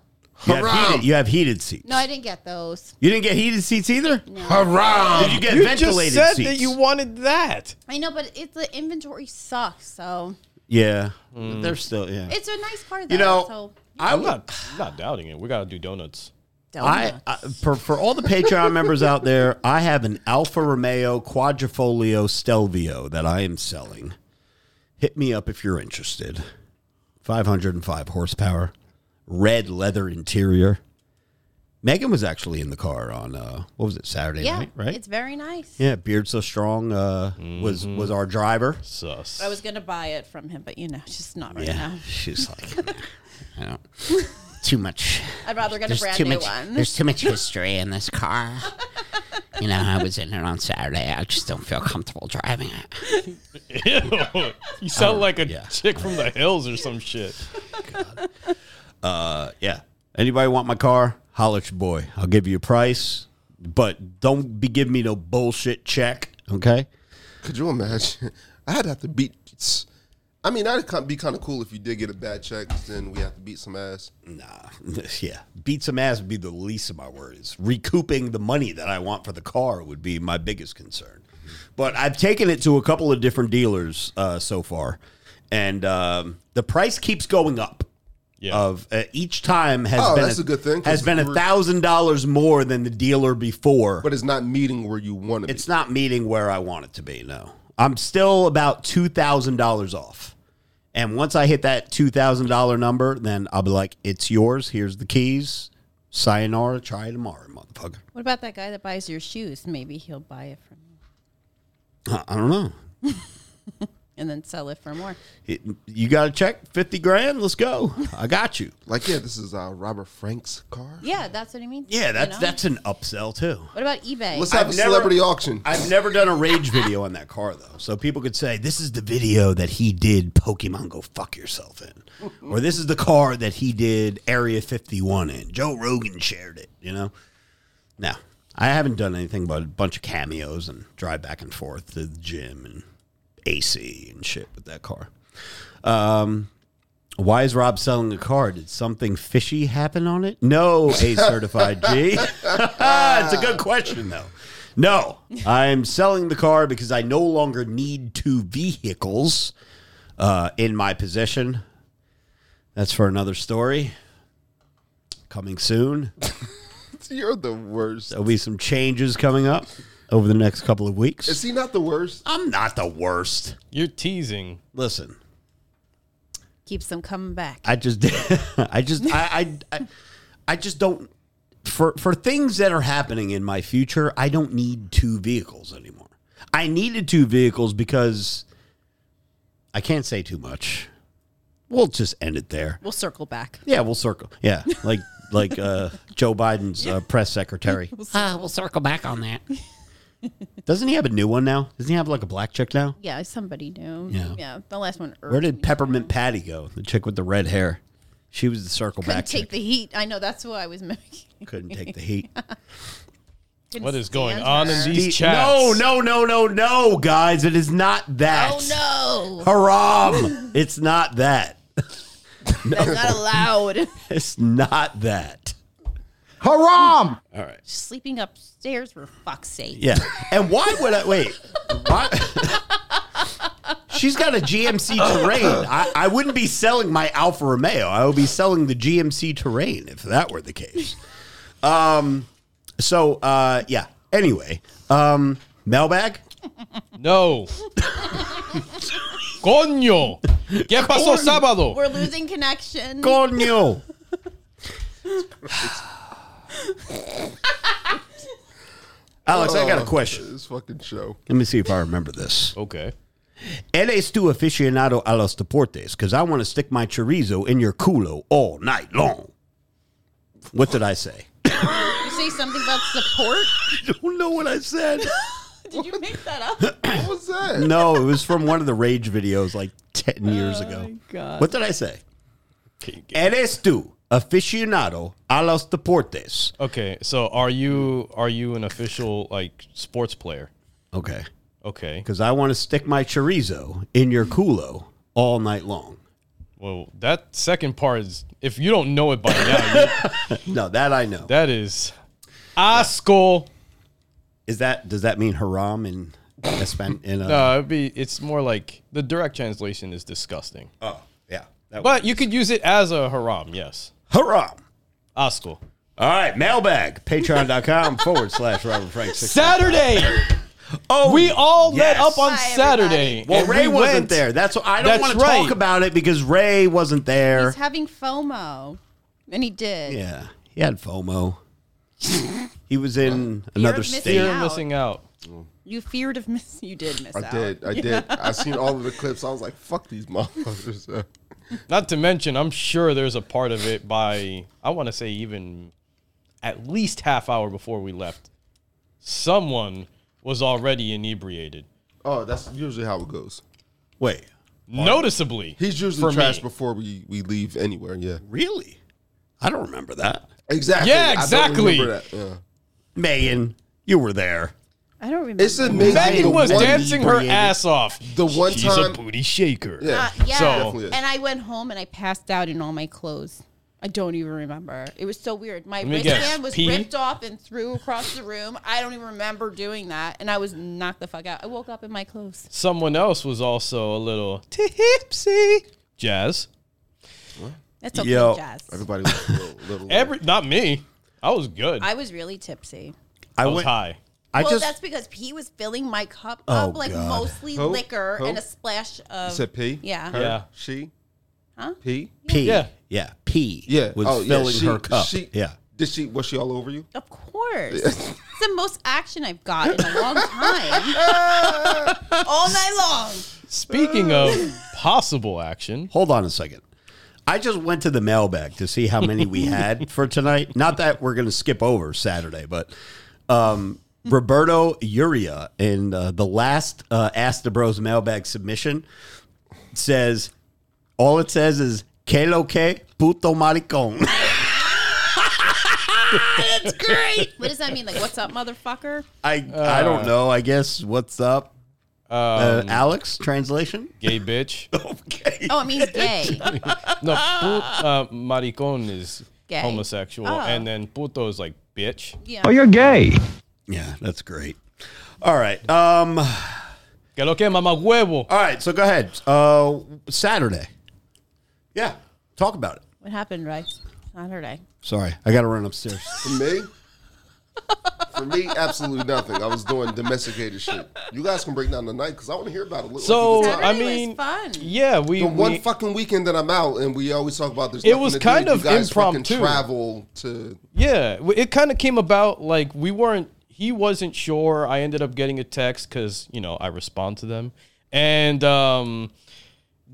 [SPEAKER 1] You have,
[SPEAKER 4] Haram.
[SPEAKER 1] heated, you have heated seats.
[SPEAKER 7] No, I didn't get those.
[SPEAKER 1] You didn't get heated seats either?
[SPEAKER 4] Haram.
[SPEAKER 1] Did you get ventilated seats?
[SPEAKER 3] wanted that.
[SPEAKER 7] I know, but it's the inventory sucks. So
[SPEAKER 1] yeah. But They're still, yeah.
[SPEAKER 7] it's a nice car, though.
[SPEAKER 1] you know,
[SPEAKER 7] so
[SPEAKER 1] I
[SPEAKER 3] I'm
[SPEAKER 1] would.
[SPEAKER 3] not, I'm not doubting it. We got to do donuts.
[SPEAKER 7] don't.
[SPEAKER 1] I, I for, for all the Patreon members out there, I have an Alfa Romeo Quadrifoglio Stelvio that I am selling. Hit me up if you're interested. 505 horsepower, red leather interior. Megan was actually in the car on uh, what was it Saturday
[SPEAKER 7] yeah,
[SPEAKER 1] night, right?
[SPEAKER 7] it's very nice.
[SPEAKER 1] yeah, beard so strong uh, was was our driver.
[SPEAKER 3] Sus.
[SPEAKER 7] I was going to buy it from him, but you know, it's just not right now.
[SPEAKER 1] she's like, I don't, too much.
[SPEAKER 7] I'd rather get a
[SPEAKER 9] There's
[SPEAKER 7] brand
[SPEAKER 9] too
[SPEAKER 7] new
[SPEAKER 9] much.
[SPEAKER 7] one.
[SPEAKER 9] There's too much history in this car. you know, I was in it on Saturday. I just don't feel comfortable driving it.
[SPEAKER 3] Ew. You sound like a
[SPEAKER 1] yeah.
[SPEAKER 3] chick from the hills or some shit.
[SPEAKER 1] Uh, Yeah. Anybody want my car? Holler at your boy. I'll give you a price, but don't be giving me no bullshit check. Okay.
[SPEAKER 4] Could you imagine? I'd have to beat. I mean, that'd ki- be kind of cool if you did get a bad check. 'cause Then we have to beat some ass.
[SPEAKER 1] Nah. yeah. Beat some ass would be the least of my worries. Recouping the money that I want for the car would be my biggest concern. But I've taken it to a couple of different dealers uh, so far, and um, the price keeps going up.
[SPEAKER 3] Yeah.
[SPEAKER 1] Of uh, each time has
[SPEAKER 4] Oh,
[SPEAKER 1] been
[SPEAKER 4] that's a good thing, 'cause
[SPEAKER 1] Has been a
[SPEAKER 4] we're-
[SPEAKER 1] thousand dollars more than the dealer before.
[SPEAKER 4] But it's not meeting where you want to be.
[SPEAKER 1] It's not meeting where I want it to be. No, I'm still about two thousand dollars off. And once I hit that two thousand dollar number, then I'll be like, "It's yours. Here's the keys. Sayonara. Try it tomorrow, motherfucker."
[SPEAKER 7] What about that guy that buys your shoes? Maybe he'll buy it from you
[SPEAKER 1] I, I don't know.
[SPEAKER 7] and then sell it for more.
[SPEAKER 1] It- you got a check, fifty grand. Let's go. I got you.
[SPEAKER 4] Like, yeah, this is uh, Robert Frank's car.
[SPEAKER 7] Yeah, that's what I mean.
[SPEAKER 1] Yeah, that's
[SPEAKER 7] you know?
[SPEAKER 1] that's an upsell too.
[SPEAKER 7] What about eBay?
[SPEAKER 4] Let's have
[SPEAKER 1] I've
[SPEAKER 4] a
[SPEAKER 1] never-
[SPEAKER 4] celebrity auction.
[SPEAKER 1] I've never done a rage video on that car though, so people could say this is the video that he did Pokemon Go fuck yourself in, or this is the car that he did Area Fifty One in. Joe Rogan shared it, you know. No, I haven't done anything but a bunch of cameos and drive back and forth to the gym and AC and shit with that car. Um, Why is Rob selling a car? Did something fishy happen on it? No, A certified G. it's a good question, though. No, I'm selling the car because I no longer need two vehicles uh, in my possession. That's for another story coming soon.
[SPEAKER 4] You're the worst.
[SPEAKER 1] There'll be some changes coming up over the next couple of weeks.
[SPEAKER 4] Is he not the worst?
[SPEAKER 1] I'm not the worst.
[SPEAKER 3] You're teasing.
[SPEAKER 1] Listen,
[SPEAKER 7] Keeps them coming back.
[SPEAKER 1] I just, I just, I, I, I, I just don't. For for things that are happening in my future, I don't need two vehicles anymore. I needed two vehicles because I can't say too much. We'll just end it there.
[SPEAKER 7] We'll circle back.
[SPEAKER 1] Yeah, we'll circle. Yeah, like like uh, Joe Biden's uh, press secretary.
[SPEAKER 9] Ah, we'll circle back on that.
[SPEAKER 1] Doesn't he have a new one now? Doesn't he have like a black chick now?
[SPEAKER 7] Yeah, somebody knew.
[SPEAKER 1] Yeah.
[SPEAKER 7] Yeah. The last one.
[SPEAKER 1] Where did Peppermint Patty go? The chick with the red hair. She was the circle
[SPEAKER 7] Couldn't
[SPEAKER 1] back
[SPEAKER 7] take
[SPEAKER 1] chick.
[SPEAKER 7] the heat. I know. That's what I was making.
[SPEAKER 1] Couldn't take the heat.
[SPEAKER 3] What is going on in these
[SPEAKER 1] The- no,
[SPEAKER 3] chats?
[SPEAKER 1] no, no, no, no, guys. It is not that.
[SPEAKER 7] Oh
[SPEAKER 1] Haram. it's not that.
[SPEAKER 7] no! That's not allowed.
[SPEAKER 1] It's not that.
[SPEAKER 10] Haram.
[SPEAKER 1] All right.
[SPEAKER 7] Sleeping upstairs for fuck's sake.
[SPEAKER 1] Yeah. And why would I wait? Why, she's got a GMC terrain. I, I wouldn't be selling my Alfa Romeo. I would be selling the GMC terrain if that were the case. Um so uh yeah. Anyway, um mailbag.
[SPEAKER 3] No. Coño. ¿Qué pasó sábado?
[SPEAKER 7] We're losing connection.
[SPEAKER 1] Coño. Alex, I got a question.
[SPEAKER 4] Oh, This fucking show.
[SPEAKER 1] Oh. Let me see if I remember this.
[SPEAKER 3] Okay.
[SPEAKER 1] Eres tu aficionado a los deportes? Because I want to stick my chorizo in your culo all night long. What did I say?
[SPEAKER 7] You say something about support?
[SPEAKER 1] I don't know what I said.
[SPEAKER 7] Did you make that up?
[SPEAKER 4] What was that?
[SPEAKER 1] no, it was from one of the Rage videos like 10 years ago. What did I say? Eres tu aficionado a los deportes?
[SPEAKER 3] Okay. So are you are you an official like sports player?
[SPEAKER 1] Okay.
[SPEAKER 3] Okay.
[SPEAKER 1] Because I want to stick my chorizo in your culo all night long.
[SPEAKER 3] Well, that second part is if you don't know it by now, you,
[SPEAKER 1] No, that I know.
[SPEAKER 3] that is asco.
[SPEAKER 1] Is that does that mean haram in Espan- in uh,
[SPEAKER 3] No, it'd be it's more like the direct translation is disgusting.
[SPEAKER 1] Oh, yeah. That
[SPEAKER 3] But you could use it as a haram, yes.
[SPEAKER 1] haram.
[SPEAKER 3] Asco.
[SPEAKER 1] All right, mailbag, patreon.com forward slash Robert Frank. six-
[SPEAKER 3] Saturday.
[SPEAKER 1] Oh,
[SPEAKER 3] We all met
[SPEAKER 1] yes.
[SPEAKER 3] up on
[SPEAKER 7] Hi,
[SPEAKER 3] Saturday.
[SPEAKER 1] Well,
[SPEAKER 3] and
[SPEAKER 1] Ray
[SPEAKER 3] we
[SPEAKER 1] wasn't
[SPEAKER 3] went-
[SPEAKER 1] there. That's what I don't
[SPEAKER 3] That's
[SPEAKER 1] want to
[SPEAKER 3] right.
[SPEAKER 1] talk about it because Ray wasn't there.
[SPEAKER 7] He's having FOMO. And he did.
[SPEAKER 1] yeah, he had FOMO. he was in
[SPEAKER 7] Fear
[SPEAKER 1] another
[SPEAKER 7] of missing
[SPEAKER 3] Fear
[SPEAKER 1] state.
[SPEAKER 3] of missing out.
[SPEAKER 7] You feared of miss. You did miss
[SPEAKER 4] I
[SPEAKER 7] out.
[SPEAKER 4] did. I did. I seen all of the clips. I was like, fuck these motherfuckers.
[SPEAKER 3] Not to mention, I'm sure there's a part of it by I want to say even at least half hour before we left, someone was already inebriated,
[SPEAKER 4] Oh, that's usually how it goes.
[SPEAKER 1] Wait,
[SPEAKER 3] noticeably.
[SPEAKER 4] He's
[SPEAKER 3] For
[SPEAKER 4] usually trash
[SPEAKER 3] me.
[SPEAKER 4] before we, we leave anywhere. Yeah.
[SPEAKER 1] really? I don't remember that.
[SPEAKER 4] Exactly.
[SPEAKER 3] Yeah,
[SPEAKER 4] I don't
[SPEAKER 3] exactly.
[SPEAKER 4] remember that. Yeah.
[SPEAKER 1] Mayan, you were there.
[SPEAKER 7] I don't remember.
[SPEAKER 4] It's amazing. the
[SPEAKER 3] Megan was
[SPEAKER 4] one-
[SPEAKER 3] dancing her
[SPEAKER 1] inebriated.
[SPEAKER 3] ass off.
[SPEAKER 4] The one
[SPEAKER 3] She's
[SPEAKER 4] time-
[SPEAKER 3] a booty shaker.
[SPEAKER 4] Yeah.
[SPEAKER 7] Uh, yeah.
[SPEAKER 3] So-
[SPEAKER 7] and I went home and I passed out in all my clothes. I don't even remember. It was so weird. My
[SPEAKER 3] me guess.
[SPEAKER 7] wristband was
[SPEAKER 3] Pee?
[SPEAKER 7] ripped off and threw across the room. I don't even remember doing that. And I was knocked the fuck out. I woke up in my clothes.
[SPEAKER 3] Someone else was also a little tipsy. Jazz.
[SPEAKER 7] That's okay,
[SPEAKER 1] Yo.
[SPEAKER 7] Jazz.
[SPEAKER 4] Everybody was a little. little
[SPEAKER 3] Every not me. I was good. I,
[SPEAKER 7] I was really tipsy.
[SPEAKER 1] I,
[SPEAKER 3] was
[SPEAKER 1] went.
[SPEAKER 3] high.
[SPEAKER 1] I
[SPEAKER 7] well,
[SPEAKER 1] just
[SPEAKER 7] that's because he was filling my cup
[SPEAKER 1] Oh,
[SPEAKER 7] up like
[SPEAKER 1] God.
[SPEAKER 7] mostly
[SPEAKER 4] Who?
[SPEAKER 7] liquor
[SPEAKER 4] Who?
[SPEAKER 7] and a splash of.
[SPEAKER 4] You said P?
[SPEAKER 7] Yeah.
[SPEAKER 4] Her?
[SPEAKER 3] Yeah.
[SPEAKER 4] She?
[SPEAKER 7] Huh?
[SPEAKER 4] P?
[SPEAKER 1] P.
[SPEAKER 3] Yeah.
[SPEAKER 1] yeah, P.
[SPEAKER 4] Yeah.
[SPEAKER 1] was
[SPEAKER 4] oh, yeah,
[SPEAKER 1] filling
[SPEAKER 4] she-
[SPEAKER 1] her cup.
[SPEAKER 4] She,
[SPEAKER 1] yeah,
[SPEAKER 4] Did she, was she all over you?
[SPEAKER 7] Of course. it's the most action I've got in a long time. All night long.
[SPEAKER 3] Speaking of possible action,
[SPEAKER 1] Hold on a second. I just went to the mailbag to see how many we had for tonight. Not that we're going to skip over Saturday, but um, Roberto Uria in uh, the last uh, Ask the Bros mailbag submission says, all it says is, que lo que, puto maricón.
[SPEAKER 7] That's great. What does that mean? Like, what's up, motherfucker?
[SPEAKER 1] I, I don't know. I guess what's up? Uh, Alex, translation?
[SPEAKER 3] Gay bitch.
[SPEAKER 1] Okay.
[SPEAKER 7] Oh, it means gay.
[SPEAKER 3] No, put, uh, maricon is
[SPEAKER 7] Gay.
[SPEAKER 3] homosexual,
[SPEAKER 7] Oh.
[SPEAKER 3] and then puto is like bitch.
[SPEAKER 7] Yeah.
[SPEAKER 1] gay. Yeah, that's great. All right. Um,
[SPEAKER 3] Que lo que, mama huevo.
[SPEAKER 1] All right, so go ahead. Uh, Saturday. Yeah, talk about it.
[SPEAKER 7] What happened, Rice? Saturday.
[SPEAKER 1] Sorry, I got to run upstairs.
[SPEAKER 4] For me? For me, absolutely nothing. I was doing domesticated shit. You guys can break down the night because I want to hear about it. a little.
[SPEAKER 3] So
[SPEAKER 4] It's a good
[SPEAKER 3] I
[SPEAKER 4] time.
[SPEAKER 3] mean,
[SPEAKER 7] fun.
[SPEAKER 3] yeah, we,
[SPEAKER 4] the one
[SPEAKER 3] we-
[SPEAKER 4] fucking weekend that I'm out, and we always talk about this.
[SPEAKER 3] It was kind of
[SPEAKER 4] you guys fucking
[SPEAKER 3] impromptu.
[SPEAKER 4] Travel to
[SPEAKER 3] yeah, w- it kind of came about like we weren't. He wasn't sure. I ended up getting a text because you know I respond to them, and um,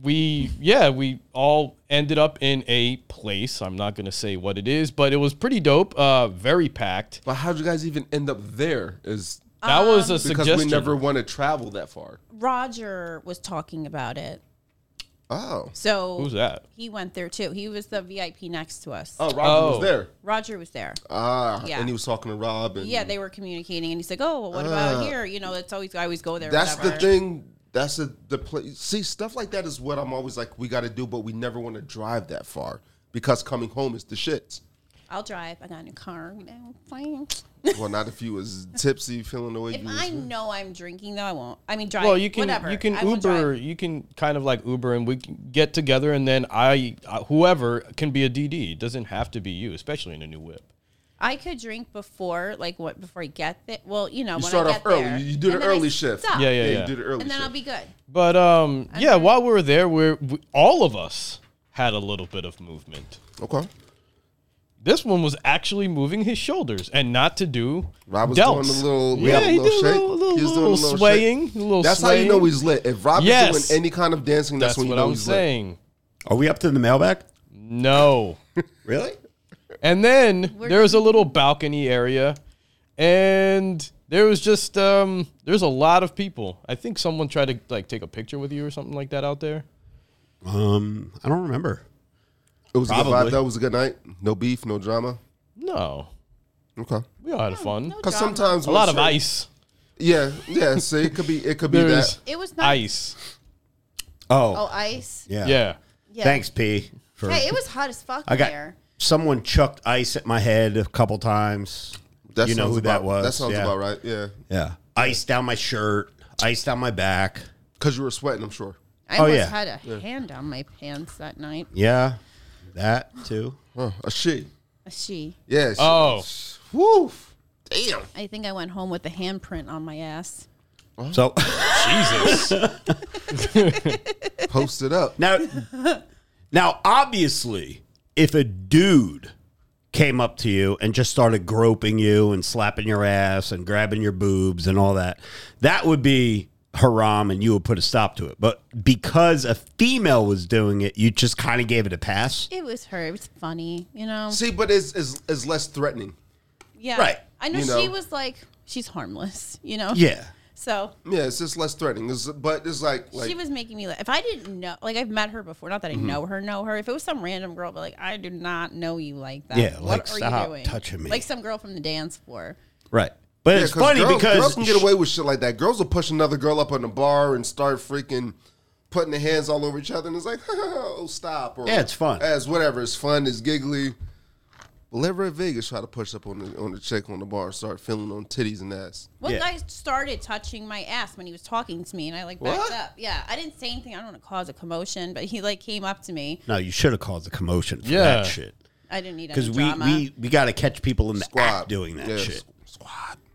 [SPEAKER 3] we yeah we all ended up in a place. I'm not gonna say what it is, but it was pretty dope. Uh, very packed.
[SPEAKER 4] But how'd you guys even end up there? Is
[SPEAKER 3] That was a
[SPEAKER 4] Um, because
[SPEAKER 3] suggestion.
[SPEAKER 4] we never want to travel that far.
[SPEAKER 7] Roger was talking about it.
[SPEAKER 4] Oh,
[SPEAKER 7] So
[SPEAKER 3] Who's that?
[SPEAKER 7] He went there too. He was the VIP next to us.
[SPEAKER 4] oh, Roger
[SPEAKER 3] Oh.
[SPEAKER 4] was there.
[SPEAKER 7] Roger was there.
[SPEAKER 4] Ah,
[SPEAKER 7] Yeah.
[SPEAKER 4] and he was talking to Rob. And
[SPEAKER 7] yeah, they were communicating, and he's like, "Oh, well, what about here? You know, it's always I always go there." or
[SPEAKER 4] Ah. That's the
[SPEAKER 7] whatever."
[SPEAKER 4] thing. That's the the place. See, stuff like that is what I'm always like. We got to do, but we never want to drive that far because coming home is the shits.
[SPEAKER 7] I'll drive. I got a new car. You know, fine.
[SPEAKER 4] well, not if you was tipsy, feeling the way
[SPEAKER 7] If
[SPEAKER 4] you. Was
[SPEAKER 7] I know I'm drinking, though, I won't. I mean, drive.
[SPEAKER 3] Well, you can
[SPEAKER 7] whatever.
[SPEAKER 3] you can
[SPEAKER 7] I will
[SPEAKER 3] Uber.
[SPEAKER 7] drive.
[SPEAKER 3] You can kind of like Uber, and we can get together, and then I uh, whoever can be a DD. It doesn't have to be you, especially in a new whip.
[SPEAKER 7] I could drink before, like what before I get there. Well, you know,
[SPEAKER 4] You
[SPEAKER 7] when
[SPEAKER 4] start
[SPEAKER 7] I
[SPEAKER 4] off
[SPEAKER 7] get
[SPEAKER 4] early.
[SPEAKER 7] there,
[SPEAKER 4] You do the
[SPEAKER 7] and then I
[SPEAKER 4] early shift.
[SPEAKER 7] stop,
[SPEAKER 3] Yeah, yeah,
[SPEAKER 4] yeah,
[SPEAKER 3] yeah.
[SPEAKER 4] you did it early.
[SPEAKER 7] And then
[SPEAKER 4] shit.
[SPEAKER 7] I'll be good.
[SPEAKER 3] But um, yeah, while we were there, we're we, all of us had a little bit of movement.
[SPEAKER 4] okay.
[SPEAKER 3] This one was actually moving his shoulders, and not to do
[SPEAKER 4] Rob was
[SPEAKER 3] delts.
[SPEAKER 4] doing a little,
[SPEAKER 3] yeah,
[SPEAKER 4] yeah,
[SPEAKER 3] he
[SPEAKER 4] a little
[SPEAKER 3] did a
[SPEAKER 4] shake.
[SPEAKER 3] little, little,
[SPEAKER 4] he was
[SPEAKER 3] little swaying,
[SPEAKER 4] shake.
[SPEAKER 3] a little.
[SPEAKER 4] That's how
[SPEAKER 3] swaying.
[SPEAKER 4] you know he's lit. If Rob
[SPEAKER 3] Yes.
[SPEAKER 4] is doing any kind of dancing, that's,
[SPEAKER 3] That's
[SPEAKER 4] when you
[SPEAKER 3] what
[SPEAKER 4] know
[SPEAKER 3] I'm
[SPEAKER 4] he's
[SPEAKER 3] saying.
[SPEAKER 1] Are we up to the mailbag?
[SPEAKER 3] No.
[SPEAKER 1] Really?
[SPEAKER 3] And then there was a little balcony area, and there was just um, there's a lot of people. I think someone tried to like take a picture with you or something like that out there.
[SPEAKER 1] Um, I don't remember.
[SPEAKER 4] lit. It was a good
[SPEAKER 1] Probably.
[SPEAKER 4] vibe. That was a good night. No beef, no drama.
[SPEAKER 3] No,
[SPEAKER 4] Okay.
[SPEAKER 3] we all had fun.
[SPEAKER 4] Because sometimes
[SPEAKER 3] A lot
[SPEAKER 4] once
[SPEAKER 3] of
[SPEAKER 4] you're-
[SPEAKER 3] ice.
[SPEAKER 4] Yeah, yeah. See, it could be, it could be
[SPEAKER 3] There's
[SPEAKER 4] that.
[SPEAKER 7] It was
[SPEAKER 3] ice.
[SPEAKER 7] nice.
[SPEAKER 1] Oh,
[SPEAKER 5] Oh, ice.
[SPEAKER 1] yeah.
[SPEAKER 3] Yeah.
[SPEAKER 5] Yeah.
[SPEAKER 1] Thanks, P. For,
[SPEAKER 5] Hey, it was hot as fuck
[SPEAKER 1] I got
[SPEAKER 5] there.
[SPEAKER 1] someone chucked ice at my head a couple times.
[SPEAKER 4] that
[SPEAKER 1] you know
[SPEAKER 4] sounds
[SPEAKER 1] who that
[SPEAKER 4] about-
[SPEAKER 1] was?
[SPEAKER 4] That sounds
[SPEAKER 1] yeah.
[SPEAKER 4] about right. Yeah,
[SPEAKER 1] Yeah, ice down my shirt, ice down my back.
[SPEAKER 4] because you were sweating. I'm sure.
[SPEAKER 5] I
[SPEAKER 1] Oh,
[SPEAKER 5] almost
[SPEAKER 1] yeah.
[SPEAKER 5] had a hand on my pants that night.
[SPEAKER 1] Yeah, that too.
[SPEAKER 4] Huh, a she.
[SPEAKER 7] She.
[SPEAKER 4] Yeah. She,
[SPEAKER 3] Oh.
[SPEAKER 4] Woo. Damn.
[SPEAKER 7] I think I went home with a handprint on my ass.
[SPEAKER 1] So
[SPEAKER 3] Jesus.
[SPEAKER 4] Post it up.
[SPEAKER 1] now, now, obviously, if a dude came up to you and just started groping you and slapping your ass and grabbing your boobs and all that, that would be haram, and you would put a stop to it. But because a female was doing it, you just kind of gave it a pass.
[SPEAKER 7] It was her. It was funny, you know.
[SPEAKER 4] See, but it's, it's, it's less threatening.
[SPEAKER 7] Yeah.
[SPEAKER 1] Right.
[SPEAKER 7] I know
[SPEAKER 4] You
[SPEAKER 7] she
[SPEAKER 4] know.
[SPEAKER 7] was like, she's harmless, you know?
[SPEAKER 1] Yeah.
[SPEAKER 7] So
[SPEAKER 4] Yeah, it's just less threatening. It's, but it's like, like
[SPEAKER 7] she was making me laugh. If I didn't know, like, I've met her before. Not that I
[SPEAKER 1] Mm-hmm.
[SPEAKER 7] know her, know her. If it was some random girl, but like, I do not know you like that.
[SPEAKER 1] Yeah, like, stop touching me.
[SPEAKER 7] Like some girl from the dance floor.
[SPEAKER 1] Right. But
[SPEAKER 4] Yeah,
[SPEAKER 1] it's
[SPEAKER 4] 'cause
[SPEAKER 1] funny
[SPEAKER 4] girls,
[SPEAKER 1] because
[SPEAKER 4] girls can get away with shit like that. Girls will push another girl up on the bar and start freaking putting their hands all over each other, and it's like, oh, stop. Or,
[SPEAKER 1] Yeah, it's fun.
[SPEAKER 4] As whatever, it's fun, it's giggly. Well, ever in Vegas, try to push up on the on the chick on the bar, and start feeling on titties and ass.
[SPEAKER 7] One
[SPEAKER 1] Yeah.
[SPEAKER 7] guy started touching my ass when he was talking to me, and I like backed
[SPEAKER 4] What?
[SPEAKER 7] up. Yeah, I didn't say anything. I don't want to cause a commotion, but he like came up to me.
[SPEAKER 1] No, you should have caused a commotion for
[SPEAKER 3] Yeah.
[SPEAKER 1] that shit.
[SPEAKER 7] I didn't need any
[SPEAKER 1] Because we,
[SPEAKER 7] drama.
[SPEAKER 1] we, we got to catch people in the act doing that
[SPEAKER 4] Yeah,
[SPEAKER 1] shit.
[SPEAKER 4] Squad.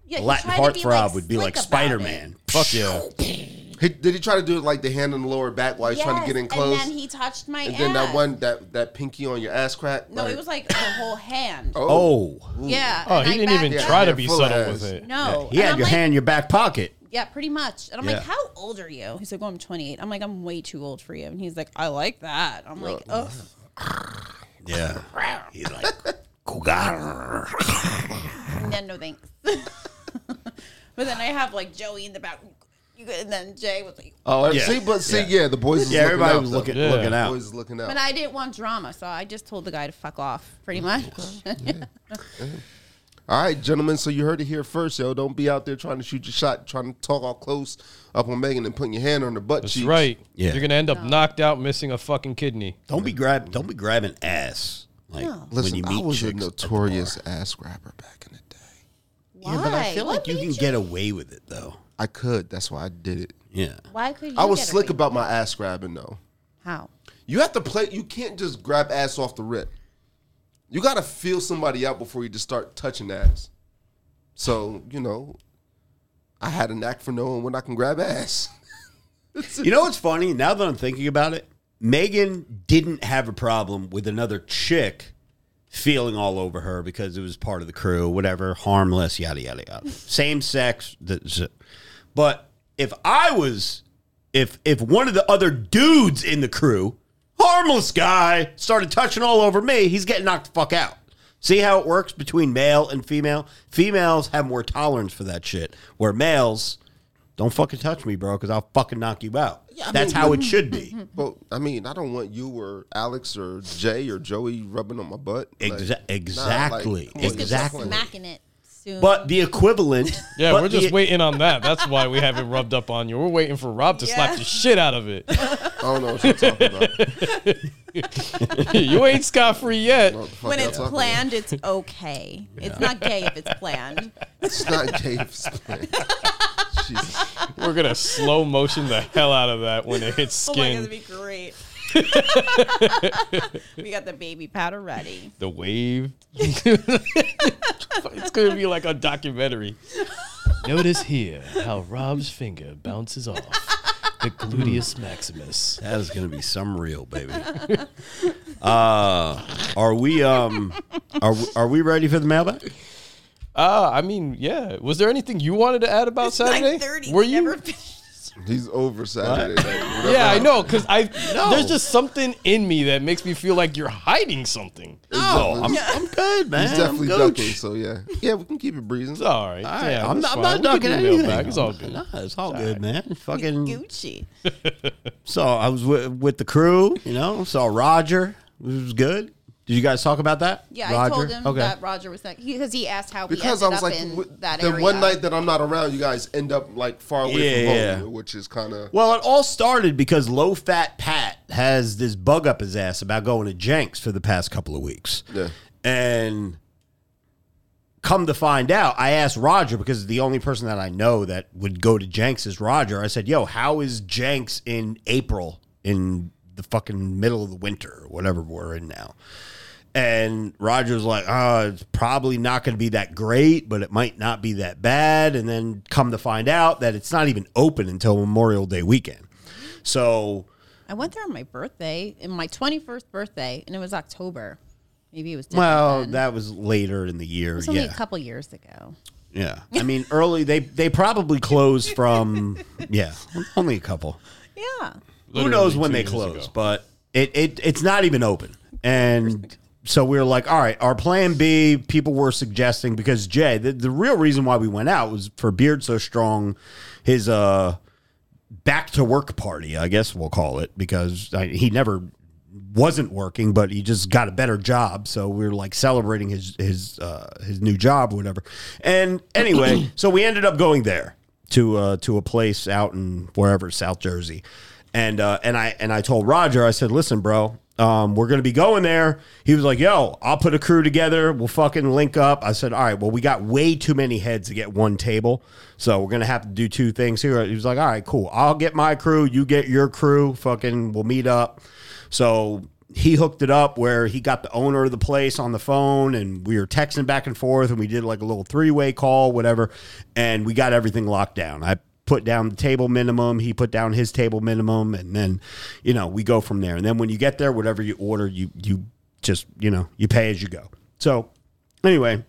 [SPEAKER 7] yeah,
[SPEAKER 1] A
[SPEAKER 7] he
[SPEAKER 1] Latin
[SPEAKER 7] tried to
[SPEAKER 1] heartthrob
[SPEAKER 7] be, like,
[SPEAKER 1] would be
[SPEAKER 7] slick
[SPEAKER 1] like
[SPEAKER 7] about
[SPEAKER 1] Spider
[SPEAKER 7] it.
[SPEAKER 1] Man.
[SPEAKER 3] Fuck yeah.
[SPEAKER 4] He, did he try to do it like the hand on the lower back while he's trying to
[SPEAKER 7] Yes,
[SPEAKER 4] get in close?
[SPEAKER 7] And then he touched my
[SPEAKER 4] And
[SPEAKER 7] ass.
[SPEAKER 4] then that one that that pinky on your ass crack.
[SPEAKER 7] No, it was like the whole hand.
[SPEAKER 1] Oh.
[SPEAKER 7] Yeah.
[SPEAKER 3] Oh,
[SPEAKER 7] and
[SPEAKER 3] he
[SPEAKER 7] I
[SPEAKER 3] didn't even
[SPEAKER 7] backed
[SPEAKER 4] Yeah,
[SPEAKER 3] try to
[SPEAKER 4] yeah,
[SPEAKER 3] be
[SPEAKER 4] full of
[SPEAKER 3] subtle
[SPEAKER 4] ass.
[SPEAKER 3] with it.
[SPEAKER 7] No.
[SPEAKER 1] He had
[SPEAKER 7] And I'm
[SPEAKER 1] your
[SPEAKER 7] like,
[SPEAKER 1] hand in your back pocket.
[SPEAKER 7] Yeah, pretty much. And I'm
[SPEAKER 1] Yeah.
[SPEAKER 7] like, how old are you? He's like, well, I'm 28. I'm like, I'm way too old for you. And he's like, I like that. I'm like, oh,
[SPEAKER 1] Yeah. He's like, "Cougar."
[SPEAKER 7] no, no thanks. but then I have like Joey in the back. You good? And then Jay was like,
[SPEAKER 4] Oh,
[SPEAKER 1] Yeah.
[SPEAKER 4] see, but see,
[SPEAKER 1] Yeah.
[SPEAKER 4] yeah, the boys. Was
[SPEAKER 1] Yeah, everybody
[SPEAKER 4] looking
[SPEAKER 1] was
[SPEAKER 4] out,
[SPEAKER 1] looking,
[SPEAKER 4] though.
[SPEAKER 3] Yeah.
[SPEAKER 1] looking
[SPEAKER 4] The
[SPEAKER 1] out.
[SPEAKER 4] boys was looking out.
[SPEAKER 7] but I didn't want drama. So I just told the guy to fuck off pretty much.
[SPEAKER 4] All right, gentlemen. So you heard it here first, yo. Don't be out there trying to shoot your shot, trying to talk all close up on Megan and putting your hand on her butt
[SPEAKER 3] That's
[SPEAKER 4] cheeks.
[SPEAKER 3] right.
[SPEAKER 1] Yeah.
[SPEAKER 3] You're gonna end up knocked out, missing a fucking kidney.
[SPEAKER 1] Don't be grab. Don't be grabbing ass. Like
[SPEAKER 4] Listen,
[SPEAKER 1] when you
[SPEAKER 4] I
[SPEAKER 1] meet
[SPEAKER 4] was a
[SPEAKER 1] chicks.
[SPEAKER 4] notorious ass grabber back in the day.
[SPEAKER 1] Yeah, but I
[SPEAKER 7] Why?
[SPEAKER 1] feel
[SPEAKER 7] What
[SPEAKER 1] like you
[SPEAKER 7] made
[SPEAKER 1] can get away with it though.
[SPEAKER 4] I could. That's why I did it.
[SPEAKER 1] Yeah.
[SPEAKER 7] Why could you?
[SPEAKER 4] I was
[SPEAKER 7] get
[SPEAKER 4] slick
[SPEAKER 7] away-
[SPEAKER 4] about my ass grabbing though.
[SPEAKER 7] how.
[SPEAKER 4] You have to play. You can't just grab ass off the rip. You got to feel somebody out before you just start touching ass. So you know, I had a knack for knowing when I can grab ass.
[SPEAKER 1] You know what's funny? Now that I'm thinking about it, Megan didn't have a problem with another chick feeling all over her because it was part of the crew, whatever, harmless, yada yada yada. Same sex. th- z- But if I was, if if one of the other dudes in the crew, harmless guy, started touching all over me, he's getting knocked the fuck out. See how it works between male and female? Females have more tolerance for that shit, where males don't fucking touch me, bro, because I'll fucking knock you out. That's how it should be.
[SPEAKER 4] But I mean, I don't want you or Alex or Jay or Joey rubbing on my butt. Like,
[SPEAKER 1] Exa-
[SPEAKER 4] nah, like,
[SPEAKER 1] exactly.
[SPEAKER 4] come on, you're
[SPEAKER 1] Exactly.
[SPEAKER 7] Smacking it soon.
[SPEAKER 1] But the equivalent.
[SPEAKER 3] Yeah,
[SPEAKER 1] but
[SPEAKER 3] we're just
[SPEAKER 1] the-
[SPEAKER 3] waiting on that. That's why we have it rubbed up on you. We're waiting for Rob to slap the shit out of it.
[SPEAKER 4] I don't know what you're talking about.
[SPEAKER 3] you ain't scot free yet.
[SPEAKER 4] What the fuck
[SPEAKER 7] when
[SPEAKER 4] y'all
[SPEAKER 7] it's
[SPEAKER 4] talking
[SPEAKER 7] planned, it's okay. It's not gay if it's planned. Oh
[SPEAKER 4] about? It's not gay. if it's planned. Jesus.
[SPEAKER 3] We're gonna slow motion the hell out of that when it hits
[SPEAKER 7] Oh my god,
[SPEAKER 3] skin.
[SPEAKER 7] that'd be great. we got the baby powder ready.
[SPEAKER 3] the wave. it's gonna be like a documentary. Notice here how Rob's finger bounces off the gluteus maximus.
[SPEAKER 1] That is gonna be some real baby. Uh, are we um are we- are we ready for the mailbag?
[SPEAKER 3] Uh, I mean, yeah. Was there anything you wanted to add about Saturday?
[SPEAKER 7] 9:30,
[SPEAKER 3] Were
[SPEAKER 7] we
[SPEAKER 3] you?
[SPEAKER 7] never finished.
[SPEAKER 4] He's over Saturday. night.
[SPEAKER 3] yeah, I know. Cause I there's just something in me that makes me feel like you're hiding something.
[SPEAKER 7] Oh,
[SPEAKER 1] No, I'm, I'm good, man.
[SPEAKER 4] He's definitely
[SPEAKER 1] I'm good.
[SPEAKER 4] ducking. So yeah, yeah, we can keep it breezing.
[SPEAKER 3] It's all right.
[SPEAKER 1] All right,
[SPEAKER 3] Yeah,
[SPEAKER 1] I'm,
[SPEAKER 3] that's
[SPEAKER 1] not, I'm
[SPEAKER 3] fine.
[SPEAKER 1] not
[SPEAKER 3] We can
[SPEAKER 1] ducking
[SPEAKER 3] do
[SPEAKER 1] anything.
[SPEAKER 3] mailbag. It's all good.
[SPEAKER 1] Nah, it's all good, man. Fucking.
[SPEAKER 7] Gucci.
[SPEAKER 1] So I was with, with the crew, you know. Saw Roger. It was good. Did you guys talk about that?
[SPEAKER 7] Yeah, I
[SPEAKER 1] Roger?
[SPEAKER 7] told him
[SPEAKER 1] Okay.
[SPEAKER 7] that Roger was next because he asked how
[SPEAKER 4] because I
[SPEAKER 7] we ended
[SPEAKER 4] was
[SPEAKER 7] up
[SPEAKER 4] like,
[SPEAKER 7] in
[SPEAKER 4] w-
[SPEAKER 7] that
[SPEAKER 4] then
[SPEAKER 7] area.
[SPEAKER 4] one night that I'm not around, you guys end up like far away
[SPEAKER 1] Yeah,
[SPEAKER 4] from home,
[SPEAKER 1] yeah.
[SPEAKER 4] which is kind of
[SPEAKER 1] Well, it all started because low fat Pat has this bug up his ass about going to Jenks for the past couple of weeks.
[SPEAKER 4] Yeah.
[SPEAKER 1] And come to find out, I asked Roger because the only person that I know that would go to Jenks is Roger. I said, Yo, how is Jenks in April in the fucking middle of the winter or whatever we're in now? And Roger's like, oh, it's probably not going to be that great, but it might not be that bad. And then come to find out that it's not even open until Memorial Day weekend. So,
[SPEAKER 7] I went there on my birthday, in my 21st birthday, and it was October. Maybe it was different
[SPEAKER 1] well,
[SPEAKER 7] then.
[SPEAKER 1] that was later in the year.
[SPEAKER 7] It's only
[SPEAKER 1] Yeah.
[SPEAKER 7] a couple years ago.
[SPEAKER 1] yeah. I mean, early, they, they probably closed from, yeah, only a couple.
[SPEAKER 7] Yeah.
[SPEAKER 1] Who
[SPEAKER 3] Literally
[SPEAKER 1] knows when
[SPEAKER 3] two
[SPEAKER 1] they
[SPEAKER 3] years
[SPEAKER 1] close,
[SPEAKER 3] ago.
[SPEAKER 1] but it, it it's not even open. And so we were like, all right, our plan B, people were suggesting because Jay, the, the real reason why we went out was for Beard So Strong, his uh back to work party, I guess we'll call it, because I, he never wasn't working, but he just got a better job. So we were like celebrating his his uh, his new job, or whatever. And anyway, so we ended up going there to uh, to a place out in wherever South Jersey, and uh, and I and I told Roger, I said, listen, bro. Um, we're gonna be going there. He was like, "Yo, I'll put a crew together. We'll fucking link up." I said, "All right. Well, we got way too many heads to get one table, so we're gonna have to do two things here." He was like, "All right, cool. I'll get my crew. You get your crew. Fucking, we'll meet up." So he hooked it up where he got the owner of the place on the phone and we were texting back and forth and we did like a little three way call, whatever. And we got everything locked down. I put down the table minimum, he put down his table minimum, and then, you know, we go from there. And then when you get there, whatever you order, you you just, you know, you pay as you go. So anyway,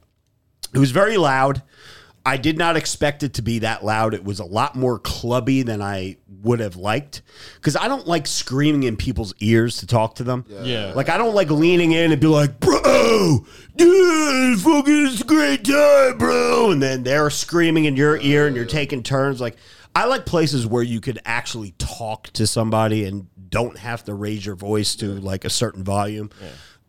[SPEAKER 1] it was very loud. I did not expect it to be that loud. It was a lot more clubby than I would have liked because I don't like screaming in people's ears to talk to them.
[SPEAKER 3] Yeah.
[SPEAKER 1] Like, I don't like leaning in and be like, bro, dude, fucking, it's a great time, bro. And then they're screaming in your ear and you're taking turns. Like, I like places where you could actually talk to somebody and don't have to raise your voice to like a certain volume.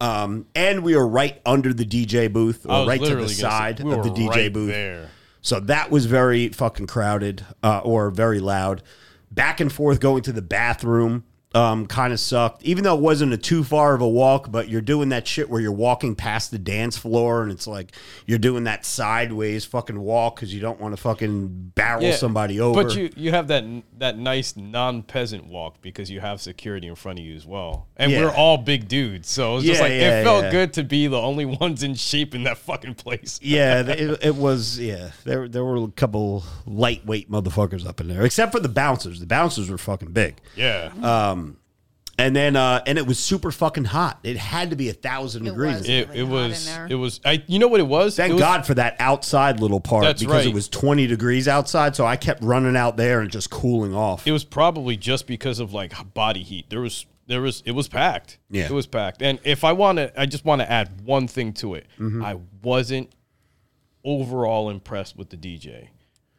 [SPEAKER 1] Um, and we were right under the DJ booth,
[SPEAKER 3] I
[SPEAKER 1] or
[SPEAKER 3] was
[SPEAKER 1] right to
[SPEAKER 3] literally
[SPEAKER 1] the
[SPEAKER 3] gonna say,
[SPEAKER 1] side
[SPEAKER 3] we
[SPEAKER 1] of the
[SPEAKER 3] were
[SPEAKER 1] DJ
[SPEAKER 3] right
[SPEAKER 1] booth.
[SPEAKER 3] there.
[SPEAKER 1] So that was very fucking crowded uh, or very loud. Back and forth going to the bathroom um, kind of sucked, even though it wasn't a too far of a walk, but you're doing that shit where you're walking past the dance floor and it's like you're doing that sideways fucking walk because you don't want to fucking barrel somebody over.
[SPEAKER 3] But you you have that that nice non peasant walk because you have security in front of you as well, and
[SPEAKER 1] Yeah.
[SPEAKER 3] we're all big dudes, so it's just
[SPEAKER 1] Yeah,
[SPEAKER 3] like
[SPEAKER 1] yeah,
[SPEAKER 3] it felt
[SPEAKER 1] yeah.
[SPEAKER 3] good to be the only ones in shape in that fucking place.
[SPEAKER 1] yeah, th- it, it was. Yeah, there there were a couple lightweight motherfuckers up in there, except for the bouncers. The bouncers were fucking big.
[SPEAKER 3] Yeah,
[SPEAKER 1] Um, and then uh, and it was super fucking hot. It had to be a thousand degrees.
[SPEAKER 3] it it was it was I you know what it was.
[SPEAKER 1] Thank
[SPEAKER 3] It was-
[SPEAKER 1] God for that outside little part
[SPEAKER 3] That's
[SPEAKER 1] because it
[SPEAKER 3] right.
[SPEAKER 1] was twenty degrees outside, so I kept running out there and just cooling off.
[SPEAKER 3] It was probably just because of like body heat. There was there was it was packed.
[SPEAKER 1] Yeah.
[SPEAKER 3] It was packed. And if I want to I just want to add one thing to it.
[SPEAKER 1] Mm-hmm.
[SPEAKER 3] I wasn't overall impressed with the DJ.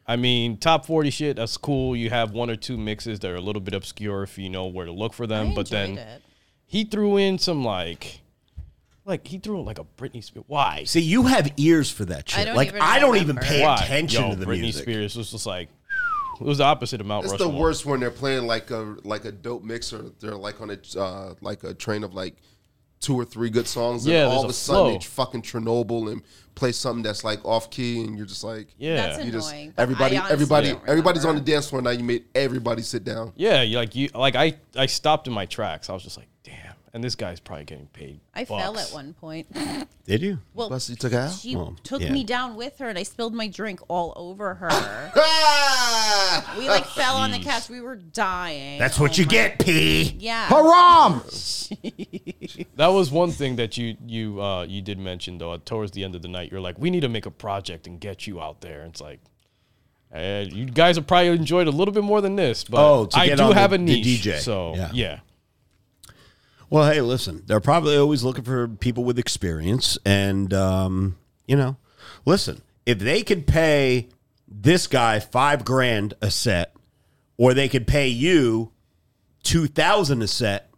[SPEAKER 3] I mean, top 40 shit, that's cool. You have one or two mixes that are a little bit obscure if you know where to look for them, but then he threw in some like like he threw in like a Britney Spears. Why?
[SPEAKER 1] See, you have ears for that shit.
[SPEAKER 3] don't
[SPEAKER 1] like
[SPEAKER 3] even
[SPEAKER 1] I don't even
[SPEAKER 3] remember.
[SPEAKER 1] pay
[SPEAKER 3] Why?
[SPEAKER 1] attention
[SPEAKER 3] Yo,
[SPEAKER 1] to the
[SPEAKER 3] Britney
[SPEAKER 1] music.
[SPEAKER 3] Spears was just like it was the opposite of Mount
[SPEAKER 4] It's
[SPEAKER 3] Rushmore.
[SPEAKER 4] the worst when they're playing like a like a dope mixer. They're like on a uh, like a train of like two or three good songs, and
[SPEAKER 3] Yeah,
[SPEAKER 4] all
[SPEAKER 3] there's a
[SPEAKER 4] of a sudden
[SPEAKER 3] flow.
[SPEAKER 4] they fucking Chernobyl and play something that's like off key, and you're just like,
[SPEAKER 3] Yeah. That's
[SPEAKER 4] you just
[SPEAKER 3] annoying, but I
[SPEAKER 4] everybody,
[SPEAKER 3] honestly
[SPEAKER 4] everybody,
[SPEAKER 3] don't
[SPEAKER 4] everybody's on the dance floor now. You made everybody sit down.
[SPEAKER 3] Yeah, you like you like I I stopped in my tracks. I was just like, damn. And this guy's probably getting paid.
[SPEAKER 7] I fell
[SPEAKER 3] bucks.
[SPEAKER 7] at one point.
[SPEAKER 1] Did you?
[SPEAKER 7] Well,
[SPEAKER 4] Plus, you took it out?
[SPEAKER 7] She
[SPEAKER 3] Well,
[SPEAKER 7] took
[SPEAKER 3] yeah.
[SPEAKER 7] me down with her, and I spilled my drink all over her.
[SPEAKER 4] Ah!
[SPEAKER 7] we like fell on the
[SPEAKER 1] Jeez.
[SPEAKER 7] couch. We were dying.
[SPEAKER 1] That's what you
[SPEAKER 3] oh
[SPEAKER 1] get, P.
[SPEAKER 7] Yeah.
[SPEAKER 1] Haram.
[SPEAKER 3] That was one thing that you you uh you did mention though. Towards the end of the night, you're like, we need to make a project and get you out there. And it's like. eh, you guys have probably enjoyed a little bit more than this, but
[SPEAKER 1] Oh, to
[SPEAKER 3] I
[SPEAKER 1] get
[SPEAKER 3] do
[SPEAKER 1] on the-
[SPEAKER 3] have a
[SPEAKER 1] the
[SPEAKER 3] niche.
[SPEAKER 1] DJ.
[SPEAKER 3] So
[SPEAKER 1] Yeah.
[SPEAKER 3] yeah,
[SPEAKER 1] Well, hey, listen, they're probably always looking for people with experience. And, um, you know, listen, if they could pay this guy five grand a set, or they could pay you 2000 a set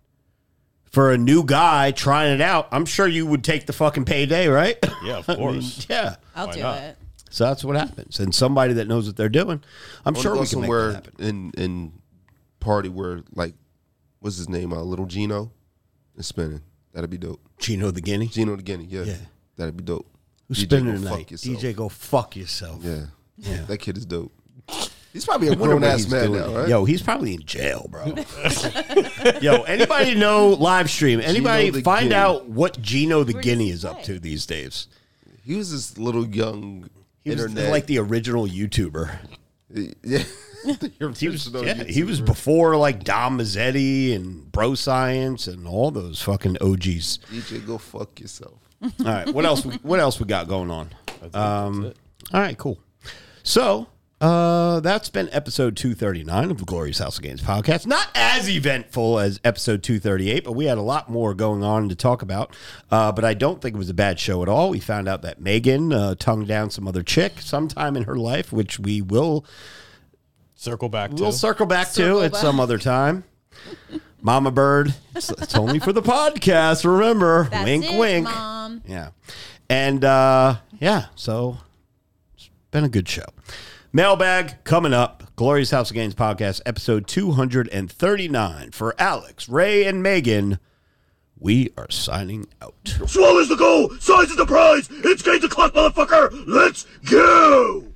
[SPEAKER 1] for a new guy trying it out, I'm sure you would take the fucking payday, right?
[SPEAKER 3] Yeah, of
[SPEAKER 1] I mean,
[SPEAKER 3] course.
[SPEAKER 1] yeah.
[SPEAKER 7] I'll
[SPEAKER 3] Why
[SPEAKER 7] do
[SPEAKER 3] not?
[SPEAKER 7] it.
[SPEAKER 1] So that's what happens. And somebody that knows what they're doing, I'm
[SPEAKER 4] Wanna
[SPEAKER 1] sure
[SPEAKER 4] go
[SPEAKER 1] we can make that
[SPEAKER 4] somewhere
[SPEAKER 1] happen.
[SPEAKER 4] in in party where like what's his name? Uh, Little Gino is spinning. That'd be dope.
[SPEAKER 1] Gino the Guinea?
[SPEAKER 4] Gino the Guinea. Yeah,
[SPEAKER 1] Yeah.
[SPEAKER 4] that'd be dope.
[SPEAKER 1] Who's
[SPEAKER 4] DJ
[SPEAKER 1] spinning
[SPEAKER 4] go fuck
[SPEAKER 1] tonight?
[SPEAKER 4] yourself.
[SPEAKER 1] DJ, go fuck yourself.
[SPEAKER 4] Yeah.
[SPEAKER 1] Yeah.
[SPEAKER 4] That kid is dope. He's probably a
[SPEAKER 1] I wonder
[SPEAKER 4] grown
[SPEAKER 1] what
[SPEAKER 4] ass
[SPEAKER 1] he's
[SPEAKER 4] man
[SPEAKER 1] doing.
[SPEAKER 4] now, right?
[SPEAKER 1] Yo, he's probably in jail, bro. Yo, anybody know live stream? Anybody
[SPEAKER 4] the
[SPEAKER 1] find
[SPEAKER 4] Guinea.
[SPEAKER 1] out what Gino the Guinea is up to these days?
[SPEAKER 4] he was this little young
[SPEAKER 1] He was
[SPEAKER 4] internet.
[SPEAKER 1] like the original YouTuber.
[SPEAKER 4] yeah.
[SPEAKER 1] He was, yeah, he was before like Dom Mazzetti and Bro Science and all those fucking OGs.
[SPEAKER 4] DJ, go fuck yourself.
[SPEAKER 1] All right, what else? We, what else we got going on? Um, all right, cool. So uh, that's been episode two thirty nine of the Glorious House of Games podcast. Not as eventful as episode two thirty eight, but we had a lot more going on to talk about. Uh, but I don't think it was a bad show at all. We found out that Megan uh, tongued down some other chick sometime in her life, which we will
[SPEAKER 3] Circle back to
[SPEAKER 1] we'll circle back to at some other time. Mama Bird, it's, it's only for the podcast. Remember,
[SPEAKER 7] That's
[SPEAKER 1] wink,
[SPEAKER 7] it,
[SPEAKER 1] wink.
[SPEAKER 7] Mom.
[SPEAKER 1] Yeah. And uh, yeah, so it's been a good show. Mailbag coming up. Glorious House of Games podcast, episode 239. For Alex, Ray, and Megan, we are signing out.
[SPEAKER 6] Swallows the goal, size is the prize. It's game to clock, motherfucker. Let's go.